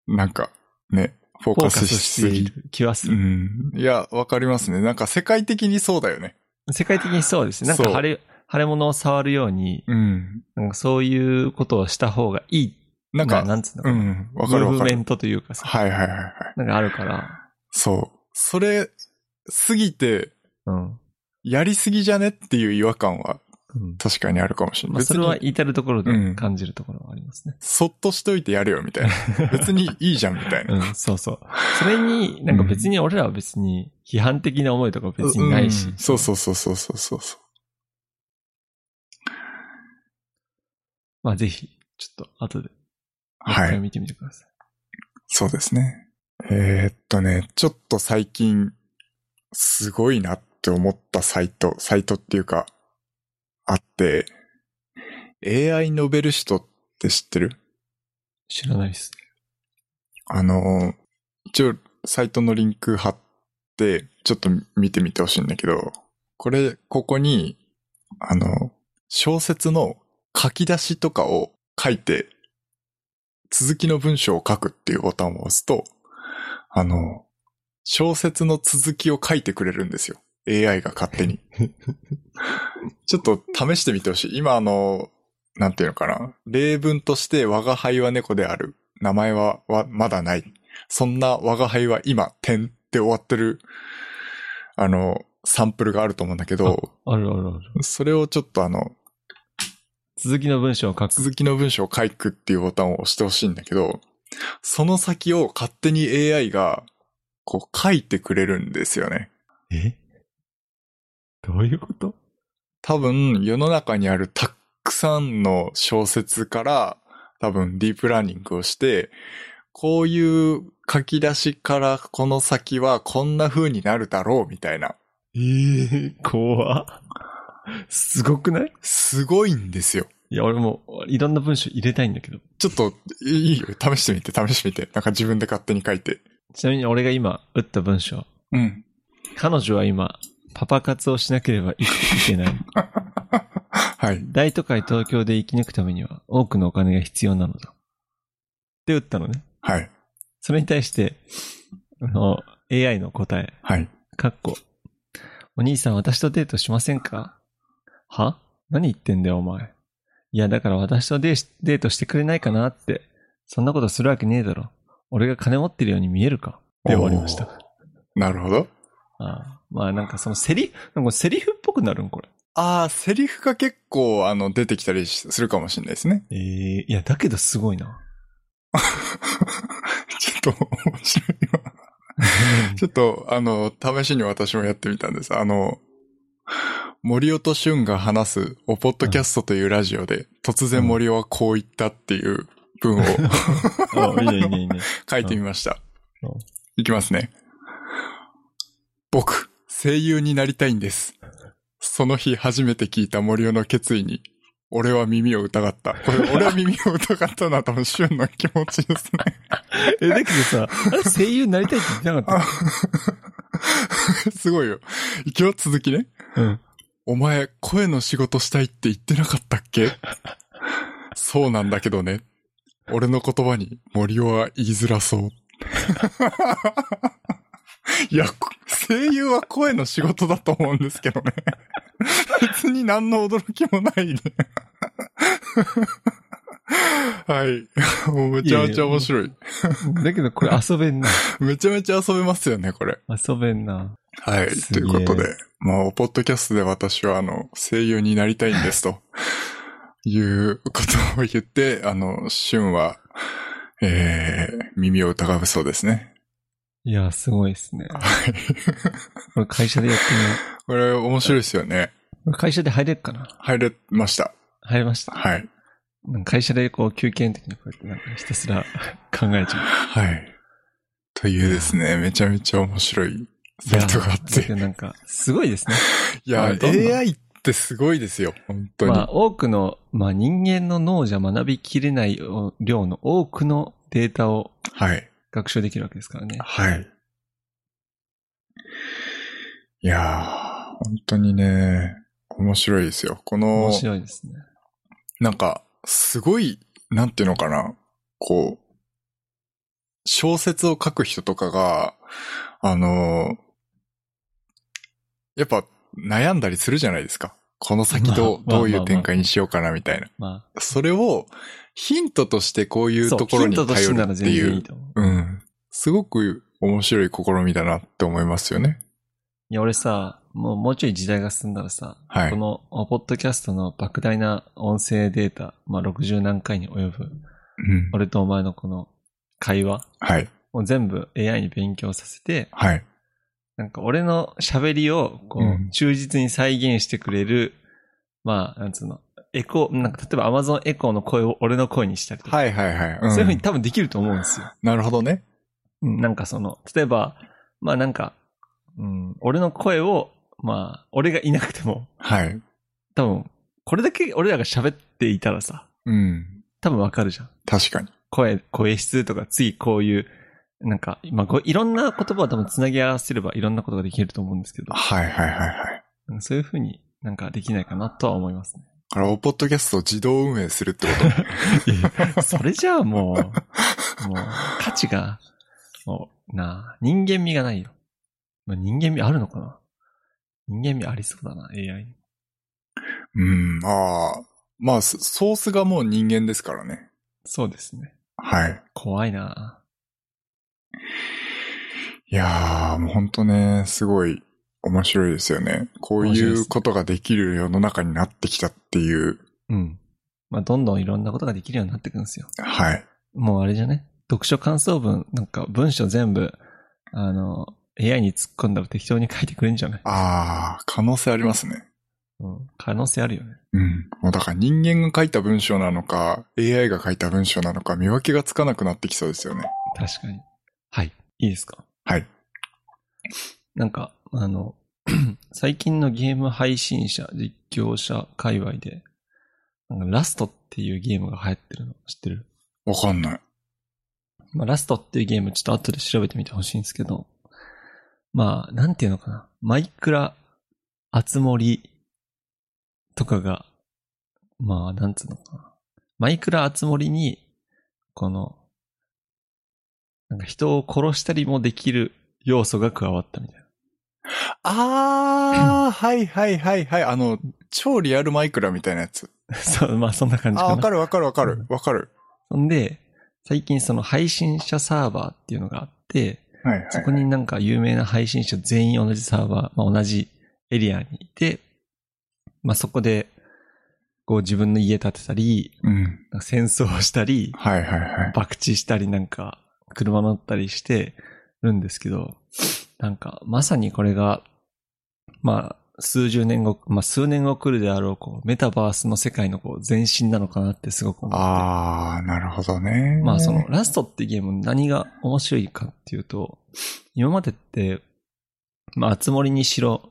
う、なんか、ね、フォ
フ
ー
ォー
カ
カ
ス
ス
し
して
す
い
ぎる。
る気は
う
する。
ん。いや、わかりますね。なんか世界的にそうだよね。
世界的にそうですね。なんか
そう
腫れ、腫れ物を触るように、
うん。
なんかそういうことをした方がいい。
なんか、
なんつうの
う
かな、
ん。わかる
ム
わ
ーブ
か
メ
る。
ントというかさ、
はいはいはいはい。
なんかあるから、
そう。それ、すぎて、
うん。
やりすぎじゃねっていう違和感は
うん
確かにあるかもしれない。
まあ、それは
別に
至るところ
う
で
ん
感じるところはありますね。
そっとしといてやれよみたい な。別にいいじゃんみたいな。
うん、そうそう。それに、なんか別に俺らは別に 批判的な思いとか別にないし。
うんそうそうそうそうそうそうそう。
まあぜひ、ちょっと後で、一
は
回
い。
見てみてください。
そうですね。えーっとね、ちょっと最近、すごいなって思ったサイト、サイトっていうか、あって、AI ノベルシトって知ってる
知らないですね。
あの、一応、サイトのリンク貼って、ちょっと見てみてほしいんだけど、これ、ここに、あの、小説の書き出しとかを書いて、続きの文章を書くっていうボタンを押すと、あの、小説の続きを書いてくれるんですよ。AI が勝手に。ちょっと試してみてほしい。今あの、なんていうのかな。例文として、我が輩は猫である。名前は、は、まだない。そんな我が輩は今、点って終わってる、あの、サンプルがあると思うんだけど、
あるあるある。
それをちょっとあの、
続きの文章を書く。
続きの文章を書くっていうボタンを押してほしいんだけど、その先を勝手に AI が、こう書いてくれるんですよね。
えどういうこと
多分世の中にあるたっくさんの小説から多分ディープラーニングをして、こういう書き出しからこの先はこんな風になるだろうみたいな。
ええ怖すごくない
すごいんですよ。
いや、俺もういろんな文章入れたいんだけど。
ちょっといいよ。試してみて、試してみて。なんか自分で勝手に書いて。
ちなみに俺が今打った文章。
うん。
彼女は今、パパ活をしなければいけない。
はい。
大都会東京で生き抜くためには多くのお金が必要なのだ。って打ったのね。
はい。
それに対して、あの、AI の答え、
はい。
かっこ。お兄さん私とデートしませんかは何言ってんだよお前。いやだから私とデーデートしてくれないかなって。そんなことするわけねえだろ。俺が金持ってるように見えるか。で終わりました。
なるほど。
ああまあなんかそのセリ、なんかセリフっぽくなるんこれ。
ああ、セリフが結構あの出てきたりしするかもしれないですね。
ええいやだけどすごい な。
ちょっと面白いわ。 ちょっと、あの、試しに私もやってみたんです。あの、森尾と俊が話す、おポッドキャストというラジオで、突然森尾はこう言ったっていう文を
あいいねいいねいいね。
書いてみました
うんうん。
いきますね。僕、声優になりたいんです。その日初めて聞いた森尾の決意に、俺は耳を疑った。これ、俺は耳を疑ったのは多分、俊の気持ちですね。
え、だけどさ、 あれ声優になりたいって言ってなかっ
あ すごいよ。いきよ、続きね。
た。うん。
お前、声の仕事したいって言ってなかったっけそうなんだけどね。俺の言葉に森尾は言いづらそう。 いや、こ声優は声の仕事だと思うんですけどね。別に何の驚きもないね。 はい。 もうめちゃめちゃ面白い。
だけどこれ遊べんな。
めちゃめちゃ遊べますよね、これ。
遊べんな。
はい。
す
と
げ
い
え
うことで、まあ、おポッドキャストで私は、あの、声優になりたいんですと、いうことを言って、あの、シュンは、えー、耳を疑うそうですね。
いや、すごいで すね。
はい。
これ会社でやってみよう
これ面白いですよね。
これ会社で入れるかな
入れました。
入れました。
はい。
なんか会社でこう休憩の時にこうやってなんかひたすら 考えちゃう。
はい。というですね、めちゃめちゃ面白いサ
い
イ
や
トがあっ
だけ
て。
どなんか、すごいですね。
いや、
どんな
AI ってすごいですよ、本当に。
まあ、多くの、まあ人間の脳じゃ学びきれない量の多くのデータを
はい。
学習できるわけですからね。
はい。いやー、本当にね、面白いですよ。この
面、白いですね。
なんか、すごい、なんていうのかな、こう、小説を書く人とかが、あのーやっぱ悩んだりするじゃないですか。この先どう、
まあまあ
どうい
まあま
う
あ
展開にしようかなみたいな。
まあ、
それをヒントとしてこういう
そう
ところに
ヒントとし
頼
て
る
なら
って
全
い
然いうい。と思う。
うん。すごく面白い試みだなって思いますよね。
いや、俺さ、もう、もうちょい時代が進んだらさ、
はい
こ。の、ポッドキャストの莫大な音声データ、まあ、60何回に及ぶ、
うん、
俺とお前のこの会話
はい。
を全部 AI に勉強させて、
はい。
なんか俺の喋りを、こ
うん
う、忠実に再現してくれる、まあ、なんつうの、エコー、なんか例えば Amazon エコーの声を俺の声にしたりとか、
はいはいはい。うん
そういうふうに多分できると思うんですよ。
なるほどね。
うんなんかその、例えば、まあなんか、うん、俺の声を、まあ、俺がいなくても、
はい。
多分、これだけ俺らが喋っていたらさ、
うん。
多分わかるじゃん。
確かに。
声、声質とか、次こういう、なんか、まあ、こういろんな言葉を多分つなぎ合わせればいろんなことができると思うんですけど、
はいはいはいはい。
うんそういうふうになんかできないかなとは思いますね。
あれ、おポッドキャストを自動運営するってこと
それじゃあ もう、もう、価値が、もう、なあ、人間味がないよ。まあ、人間味あるのかな人間味ありそうだな、AI に。
うん、ああ。まあ、ソソースがもう人間ですからね。
そうですね。
はい。
怖いない
やー、もうほんとね、すごい面白いですよね。こう
面白い
い
です
う
ね
ことができる世の中になってきたっていう。
うん。まあ、どんどんいろんなことができるようになってくんですよ。
はい。
もうあれじゃね読書感想文、なんか文章全部、あの、AI に突っ込んだら適当に書いてくれるんじゃない
ああ、可能性ありますね。
うん。可能性あるよね。
うん。もうだから人間が書いた文章なのか、AI が書いた文章なのか見分けがつかなくなってきそうですよね。
確かに。はい。いいですか
はい。
なんか、あの、 最近のゲーム配信者、実況者界隈で、なんかラストっていうゲームが流行ってるの知ってる、
わかんない。
まあ、ラストっていうゲームちょっと後で調べてみてほしいんですけど、まあ、なんていうのかな。マイクラ、あつ森とかが、まあ、なんつうのかな。マイクラ、あつ森に、この、なんか人を殺したりもできる要素が加わったみたいな。
あー、はいはいはいはい。あの、超リアルマイクラみたいなやつ。
そう、まあそんな感じ
あー、
か
わか
な。
るわかるわかる。わかる。
そんで、最近その配信者サーバーっていうのがあって、
はいはい。
そこになんか有名な配信者全員同じサーバー、まあ、同じエリアにいて、まあそこで、こう自分の家建てたり、
うん。
なんか戦争をしたり、
はいはいはい。
博打したりなんか、車乗ったりしてるんですけど、なんか、まさにこれが、まあ、数十年後、まあ数年後来るであろう、こう、メタバースの世界のこう、前身なのかなってすごく思って。
あー、なるほどね。
まあその、ラストっていうゲーム何が面白いかっていうと、今までって、まあ、あつ森にしろ、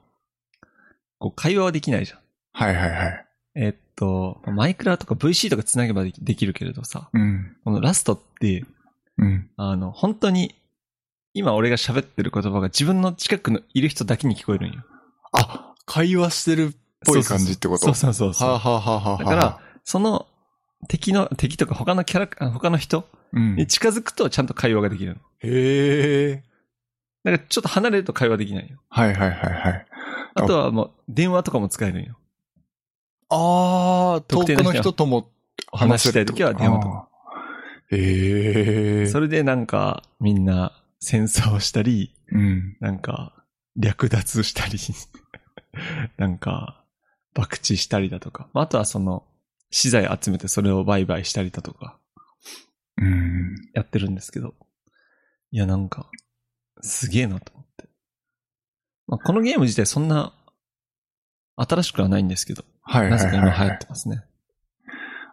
こう、会話はできないじゃん。
はいはいはい。
えっと、マイクラとか VC とか繋げばできできるけれどさ、
うん。
このラストって、
うん。
あの、本当に、今俺が喋ってる言葉が自分の近くのいる人だけに聞こえるんよ。
あ、会話してるっぽい感じってこと
そうそうそうそう
はあ、はあはあはあはあ
だから、、その敵の、敵とか他のキャラク、あ他の人
うん。
に
へ
近づくとちゃんと会話ができるの。
え。
だからちょっと離れると会話できないよ。
はいはいはいはい。
あとはもう電話とかも使えるんよ。
あー、遠
特
く
定の人
の人とも
お話し
せ
した
る
い
って
と
こ
きは電話とか。
あーへえ。
それでなんかみんな戦争をしたり、
うん。
なんか略奪したり、 なんか博打したりだとか。まああとはその資材集めてそれを売買したりだとか。
うん。
やってるんですけど。いや、なんか、すげえなと思って。まあ、このゲーム自体そんな、新しくはないんですけど、
はいは
ないぜか
はい
今流行
は
っ
い。
てますね。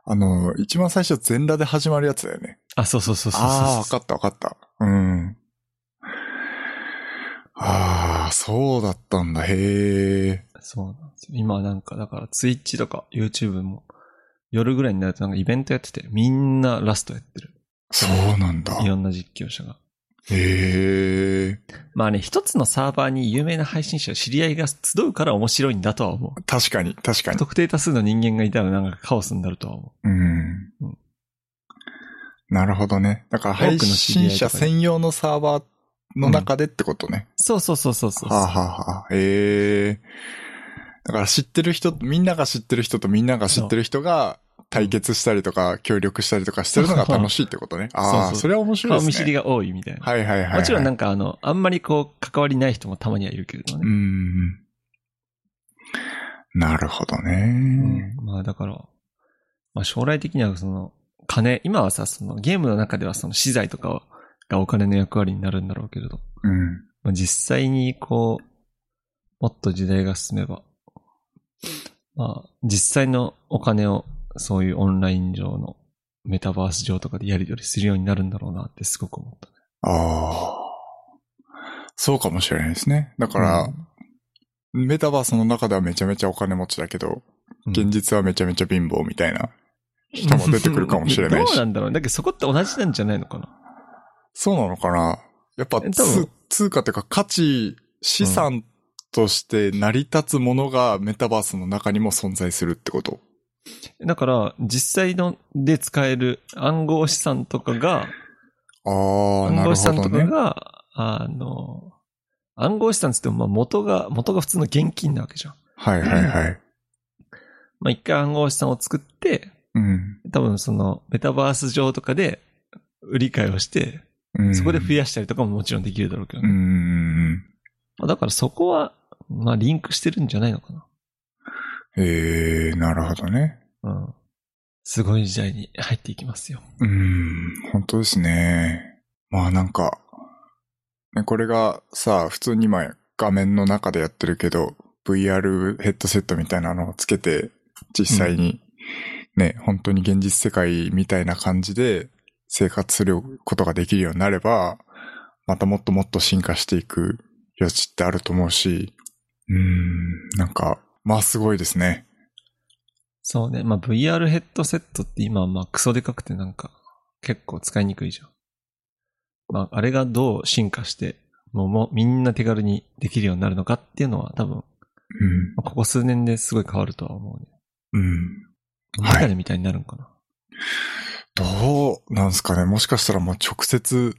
あの、一番最初全裸で始まるやつだよね。
あ、そうそうそうそうそう
ああ、わかったわかった。うん。ああ、そうだったんだ。へえ。
そうなんですよ。今はなんか、だから、ツイッチとか YouTube も、夜ぐらいになるとなんかイベントやってて、みんなラストやってる。
そうなんだ。
いろんな実況者が。
へえ。
まあね、一つのサーバーに有名な配信者、知り合いが集うから面白いんだとは思う。
確かに、確かに。
特定多数の人間がいたらなんかカオスになるとは思う。
うん
うん。
なるほどね。だから配
多くの知り合
信
いとか
者専用のサーバーの中でってことね。
そうそうそうそうそう。
はあ、はあはあ、ええだから知ってる人、みんなが知ってる人とみんなが知ってる人が対決したりとか協力したりとかしてるのが楽しいってことね。ああ、
そう
そ
そう
れは面白い
顔
ですね。
見知りが多いみたいな。
はいはいはいはい。
もちろんなんかあの、あんまりこう、関わりない人もたまにはいるけれど
う
ね。
ん。なるほど
う
ね。
んまあだから、まあ将来的にはその、金、今はさ、そのゲームの中ではその資材とかをがお金の役割になるんだろうけれど、
うん。
まあ、実際にこう、もっと時代が進めば、まあ、実際のお金をそういうオンライン上のメタバース上とかでやり取りするようになるんだろうなってすごく思ったね。
ああ。そうかもしれないですね。だから、メタバースの中ではめちゃめちゃお金持ちだけど、
うん
現実はめちゃめちゃ貧乏みたいな人も出てくるかもしれない
どう
し。
なんだろうだけどそこって同じなんじゃないのかな
そうなのかなやっぱ
え多分
通通貨というか価値、資産として成り立つものがメタバースの中にも存在するってこと。
だから、実際ので使える暗号資産とかが、
ああ、
暗
な
号
る
資産
ほ
と
ど
か
ね。
が、あの、暗号資産つっても、まあ元が、元が普通の現金なわけじゃん。
はいはいはい。
まあ一回暗号資産を作って、
うん。
多分その、メタバース上とかで、売り買いをして、
うん、
そこで増やしたりとかももちろんできるだろうけ
う
どね。
ん。
まあだからそこは、まあリンクしてるんじゃないのかな。
ええー、なるほどね。
うん。すごい時代に入っていきますよ。
うん、本当ですね。まあなんか、ねこれがさ、普通に今画面の中でやってるけど、VR ヘッドセットみたいなのをつけて、実際に、ね、本当に現実世界みたいな感じで生活することができるようになれば、またもっともっと進化していく余地ってあると思うし、うん、なんか、まあすごいですね。
そうね。まあ VR ヘッドセットって今、まあクソでかくてなんか、結構使いにくいじゃん。まああれがどう進化して、もうもうみんな手軽にできるようになるのかっていうのは多分、ま
うん
あここ数年ですごい変わるとは思うね。、
うん。
メ
はい
タルみたいになるんかな。
どうなんすかねもしかしたらもう直接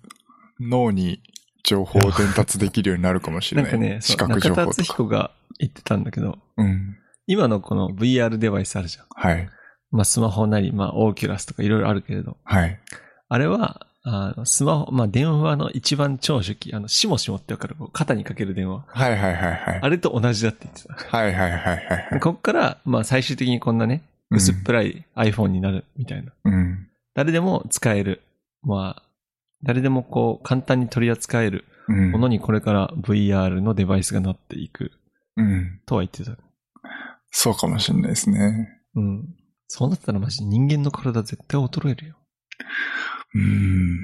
脳に情報を伝達できるようになるかもしれ
な
なんい。
かね、そ
視
う
覚情
中田
報と
敦
か。
彦が言ってたんだけど、
うん。
今のこの VR デバイスあるじゃん。
はい。
まあスマホなり、まあオーキュラスとかいろいろあるけれど、
はい。
あれは、あのスマホ、まあ電話の一番長手機、あの、しもしもってわかる、こう肩にかける電話。
はいはいはいはい。
あれと同じだって言ってた。
はいはいはいはいは
で
い。
こっから、まあ最終的にこんなね、
うん
薄っぺらい iPhone になるみたいな。
うん。
誰でも使える。まあ、誰でもこう簡単に取り扱える
うん。
ものにこれから VR のデバイスがなっていく
うん。
とは言ってた。
そうかもしれないですね。
うん。そうなったらマジ人間の体絶対衰えるよ。
うん。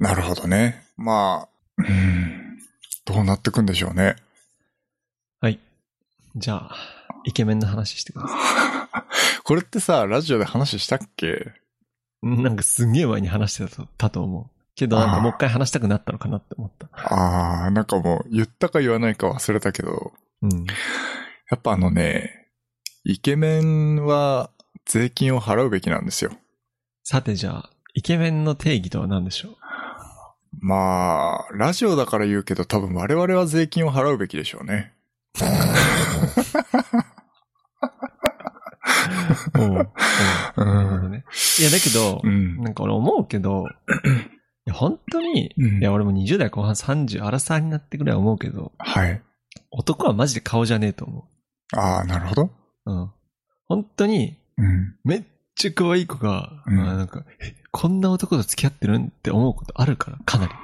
なるほどね。まあ、うん。どうなってくんでしょうね。
はい。じゃあ、イケメンの話してください。
これってさ、ラジオで話したっけ
うんなんかすげえ前に話してたとたと思う。けどなんかもう一回話したくなったのかなって思った。
ああ、なんかもう言ったか言わないか忘れたけど、
うん。
やっぱあのね、イケメンは税金を払うべきなんですよ。
さてじゃあ、イケメンの定義とは何でし ょう
まあ、ラジオだから言うけど多分我々は税金を払うべきでしょうね。
お う
う
おう
ん
なるほどね。いや、だけど
う、ん。
なんか俺思うけ ど、いや本当に、
うん
いや、俺も20代後半30、アラサーになってくらい思うけど、
はい。
男はマジで顔じゃねえと思
ああ、なるほど。
う。うん。本当に、
うん。
めっちゃ可愛い子が、
うん
あなんか、えこんな男と付き合ってるんって思うことあるから、かなり。やっ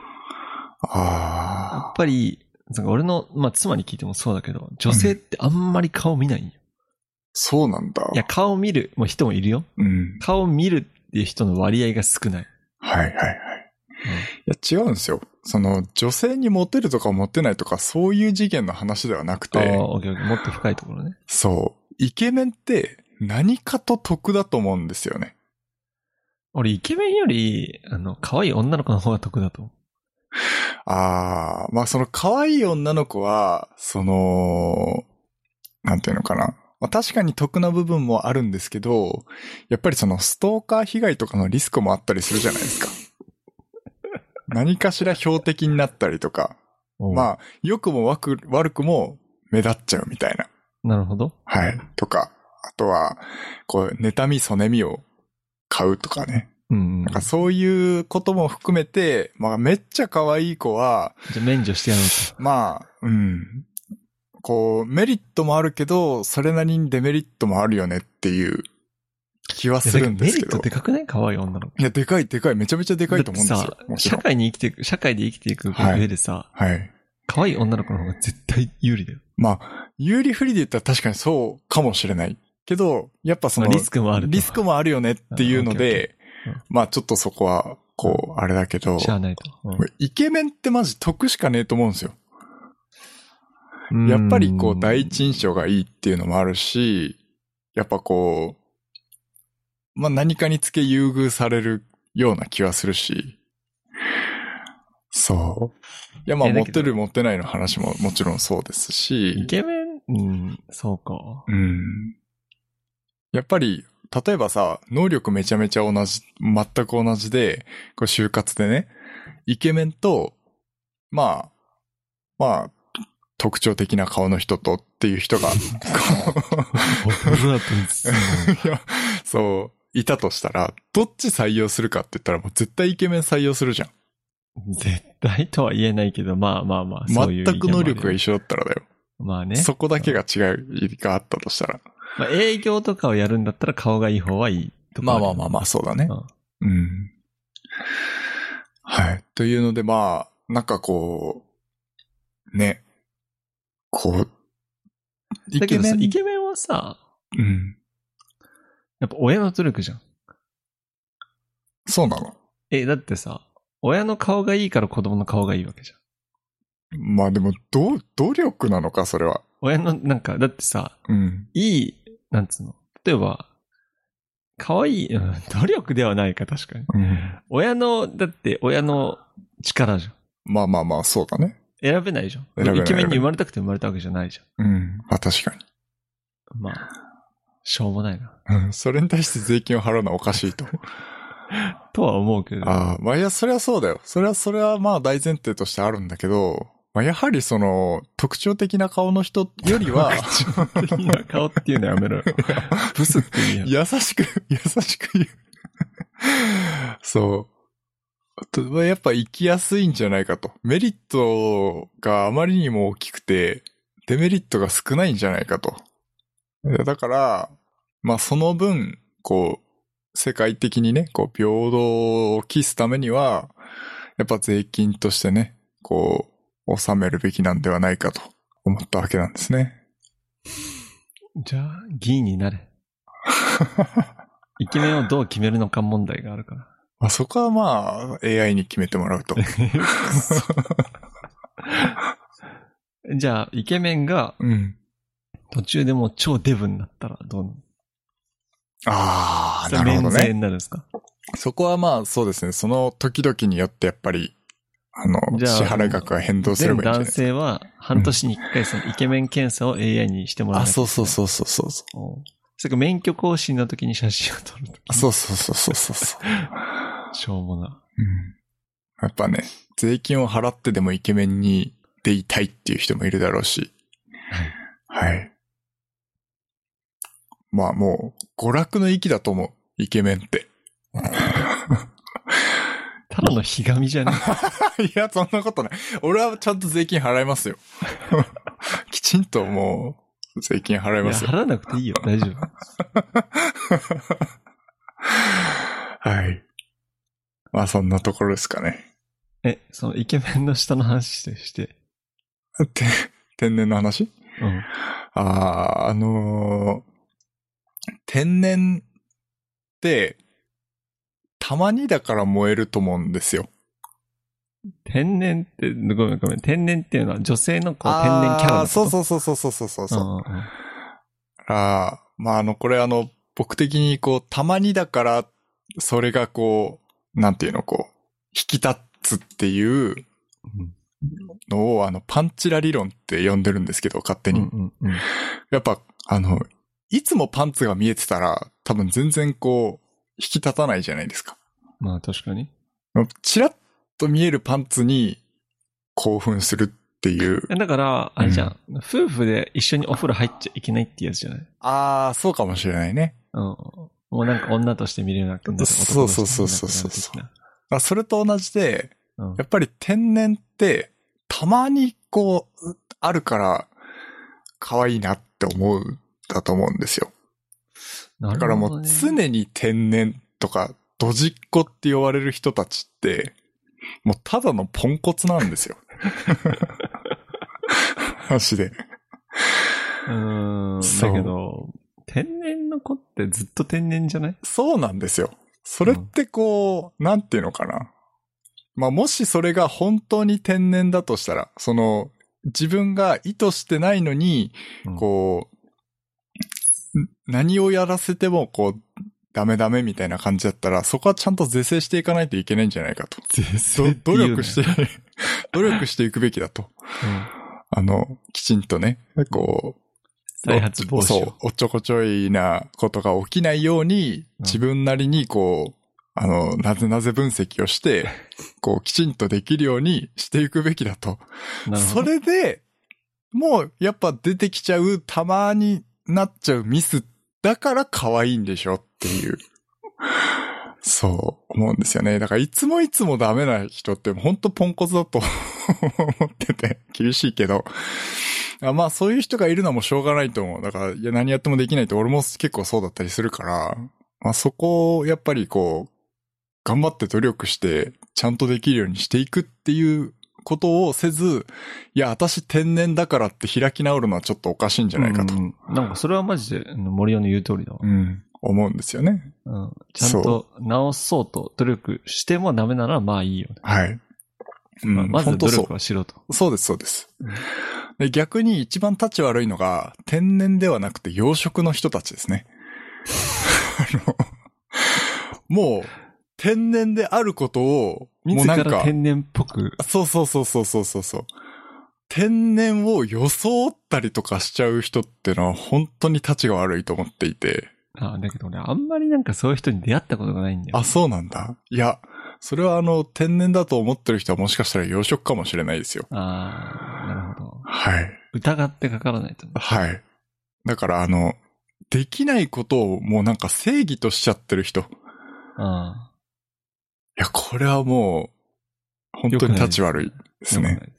ああ、
ぱり、なんか俺の、まあ、妻に聞いてもそうだけど、女性ってあんまり顔見ないんよ。
そうなんだ。
いや、顔見る、もう人もいるよ。
うん。
顔見るっていう人の割合が少ない。
はいはいはい。いや、違うんですよ。その、女性にモテるとかモテないとか、そういう次元の話ではなく
ああー、
て、
オッケーオッケー。もっと深いところね。
そう、イケメンって何かと得だと思うんですよね。
俺、イケメンより、あの、可愛い女の子の方が得だと思
ああ、まあその可愛い女の子は、その、なんていうのかな。まあ確かに得な部分もあるんですけど、やっぱりそのストーカー被害とかのリスクもあったりするじゃないですか。 何かしら標的になったりとか、
う。あ。
まあ、良くも悪く悪くも目立っちゃうみたいな。
なるほど。
はい。とか、あとは、こう、妬み、そねみを買うとかね。
うんう
な
ん。
ん
じ
か
ゃ
そういうことも含めて、まあめっちゃ可愛い子は、
あ免除してやろう
まあ、うん。こう、メリットもあるけど、それなりにデメリットもあるよねっていう気は
と。
するん
い
で
やだけどメ
す
リ
け
ット
ど。
でかくない可愛い女の子。
いや、でかいでかい。めちゃめちゃでかいと思うんです
だっ
よ。
て
も
さ
ちろ
社
ん。
会に生きていく、社会で生きていく上でさ、
はい。
可愛い女の子の方が絶対有利だよ。
まあ、有利不利で言ったら確かにそうかもしれない。けど、やっぱその、
まあリスクもあると
リスクもあるよねっていうので
うんオッケーオッケーうん、
まあちょっとそこは、こう、あれだけど、
知らないと。うん
イケメンってマジ得しかねえと思うんですよ。やっぱりこう、第一印象がいいっていうのもあるし、やっぱこう、まあ何かにつけ優遇されるような気はするし、そう。いやまあ
いやだ
モ
けど
テるモテないの話ももちろんそうですし、
イケメンうん、そうか。
うん。やっぱり、例えばさ、能力めちゃめちゃ同じ、全く同じで、こう就活でね、イケメンと、まあ、まあ、特徴的な顔の人とっていう人が、こ
僕だと
う いやそう、いたとしたら、どっち採用するかって言ったらもう絶対イケメン採用するじゃん。
絶対とは言えないけど、まあまあまあ、そういう
全く能力が
一
一緒だったらだよ。
緒。まあね。
そこだけが違いがあったとしたら。
まあ、営業とかをやるんだったら顔がいい方はいいとか
ま
る
あまあまあまあ、そうだね。うん。はい。というので、まあ、なんかこう、ね、こう、イ
だ
ケ
けど
メ
さ、イ
ン、
ケメンはさ、
うん。
やっぱ親の努力じゃん。
そうなの。
え、だってさ、親の顔がいいから子供の顔がいいわけじゃん。
まあでも、どう、努力なのか、それは。
親の、なんか、だってさ、
うん。
いい、なんつうの。例えば、可愛い、うん努力ではないか、確かに。
うん、
親の、だって親の力じゃん。
まあまあまあ、そうだね。
選べないじゃ
べない
ん。イケメンに生まれたくて生まれたわけじゃないじ
うん。まあ確か
ゃん。まあ、しょうもないな。
に。うん。それに対して税金を払うのはおかしいと。
とは思うけど。
ああ、まあいや、それはそうだよ。それは、それはまあ大前提としてあるんだけど、まあやはりその、特徴的な顔の人より は、
顔っていうのや めろよ。ブスっていうよ。
優しく、 優しく言う。そうと。やっぱ生きやすいんじゃないかと。メリットがあまりにも大きくて、デメリットが少ないんじゃないかと。だから、まあその分、こう、世界的にね、こう、平等を期すためには、やっぱ税金としてね、こう、納めるべきなんではないかと思ったわけなんですね。
じゃあ、議員 になれ。イケメンをどう決めるのか問題があるから。
まあそこはまあ、AI に決めてもらうと。
じゃあ、イケメンが
うん。
途中でもう超デブになったらどう
ああ、
な
なる
る
ほど
免税
ね。
になるんですか
そこはまあそうですね。その時々によってやっぱり、あの、
じゃあ
支払額が変動すれ
全
ばいいんじゃないで
男
すか。
性は半年に一回そのイケメン検査を AI にしてもらう。
あ、そうそうそうそうそうそう。
うん。それか免許更新の時に写真を撮ると
あ
き。
そうそうそうそうそうそう。
しょうもな。
うんやっぱね、税金を払ってでもイケメンにでいたいっていう人もいるだろうし。はい。まあもう、娯楽の域だと思う。イケメンって。
ただのひがみ じゃね
いや、そんなことない。俺はちゃんと税金払いますよ。 きちんともう、税金払い
いや
ますよ。
払わなくていいよ。大丈夫。
はい。まあ、そんなところですかね。
え、そのイケメンの下の話して、して。
て天然の話
うん。
ああ、あのー天然って、たまにだから燃えると思うんですよ。
天然って、ごめんごめん。天然っていうのは女性のこう天然キャラ
あ
の
あ
こと
そうそうそうそうそうそうそう。
うんうんうん
ああ、まあ、あの、これあの、僕的にこう、たまにだから、それがこう、なんていうの、こう、引き立つっていうのを、あの、パンチラ理論って呼んでるんですけど、勝手
う
に。
んうんうん。
やっぱ、あの、いつもパンツが見えてたら、多分全然こう、引き立たないじゃないですか。
まあ確かに。
チラッと見えるパンツに興奮するっていう。
えだから、あれじゃん,、夫婦で一緒にお風呂入っちゃいけないってやつじゃない
ああ、そうかもしれないね。
うん。もうなんか女として見れなくなる。
そうそうそうそうそうまあ、それと同じで、
うん
やっぱり天然って、たまにこう、あるから、可愛いなって思うんだと思うんですよ。だ
だ
からもう常に天然とか、ドジっ子って呼ば れる人たちって、もうただのポンコツなんですよ。話で。
うーん。
そう
だけど、天然の子ってずっと天然じゃない
そうなんですよ。それってこう、なんていうのかな。まあ、もしそれが本当に天然だとしたら、その、自分が意図してないのに、
うん
こう、ん何をやらせても、こう、ダメダメみたいな感じだったら、そこはちゃんと是正していかないといけないんじゃないかと。
絶
ど努力して、努力していくべきだと。あの、きちんとね、こう、
再発防止
そう
を。、
おっちょこちょいなことが起きないように、
うん
自分なりにこう、あの、なぜなぜ分析を して、こう、きちんとできるようにしていくべきだと。
なるほ
そ
ど。
れで、もう、やっぱ出てきちゃう、たまになっちゃうミス、だから可愛いんでしょって いう。そう、思うんですよね。だから、いつもいつもダメな人って、ほんとポンコツだと思ってて、厳しいけど。あまあ、そういう人がいるのはもうしょうがないと思う。だから、いや、何やってもできないって、俺も結構そうだったりするから、まあ、そこを、やっぱりこう、頑張って努力して、ちゃんとできるようにしていくっていうことをせず、いや、私天然だからって開き直るのはちょっとおかしいんじゃないかと。
うんなんかそれはマジであの森尾の言う通りだわ。
うん思うんですよね。
うんちゃんと直そうと努力してもダメならまあいいよね。
はい。うん
まあまず
本当
努
そう
力はしろと。
そうです、そうです。で逆に一番立ち悪いのが、天然ではなくて養殖の人たちですね。あの、もう、天然であることを、もう
自
なんか
ら、天然っぽく。
そうそうそうそうそうそうそう。天然を装ったりとかしちゃう人ってのは本当に立ちが悪いと思っていて。
あだけどね、あんまりなんかそういう人に出会ったことがないんだよ。
あ、そうなんだ。いや、それはあの、天然だと思ってる人はもしかしたら養殖かもしれないですよ。
あーなるほど。
はい。
疑ってかからないとね。
はい。だからあの、できないことをもうなんか正義としちゃってる人。い
あ
や、これはもう、本当に立ち悪いで
です
ね。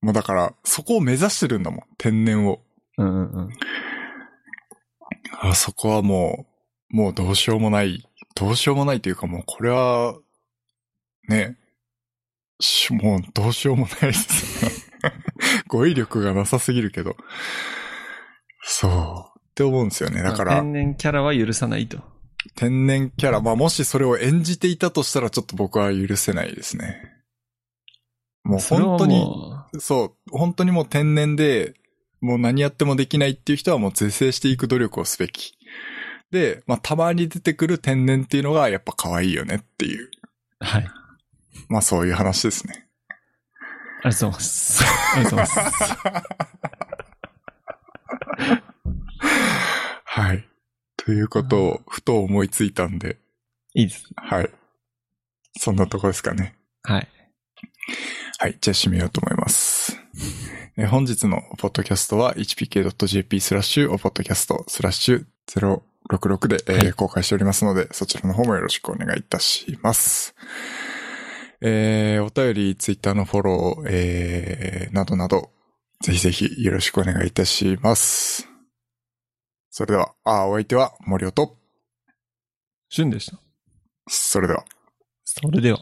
もうだから、そこを目指してるんだもん。天然を。
うんうんうん。
あそこはもう、もうどうしようもない。どうしようもないというかもうこれは、ね、しもうどうしようもないです ね。語彙力がなさすぎるけど。そう。って思うんですよね。だから、
天然キャラは許さないと。
天然キャラ、まあもしそれを演じていたとしたらちょっと僕は許せないですね。もう本当に、そう、本当にもう天然で、もう何やってもできないっていう人はもう是正していく努力をすべき。で、まあたまに出てくる天然っていうのがやっぱ可愛いよねっていう、
はい。
まあそういう話ですね。
ありがとうございます。ありがとうございます。
はい。ということをふと思いついたんで、
いいです。
はい。そんなとこですかね。
はい。
はい。じゃあ締めようと思います。え本日のポッドキャストは hpk.jp スラッシュおポッドキャストスラッシュ066で、えー
はい
公開しておりますので、そちらの方もよろしくお願いいたします。えーお便り、ツイッターのフォロー、えーなどなど、ぜひぜひよろしくお願いいたします。それでは、あー、お相手は森尾と、
旬でした。
それでは。
それでは。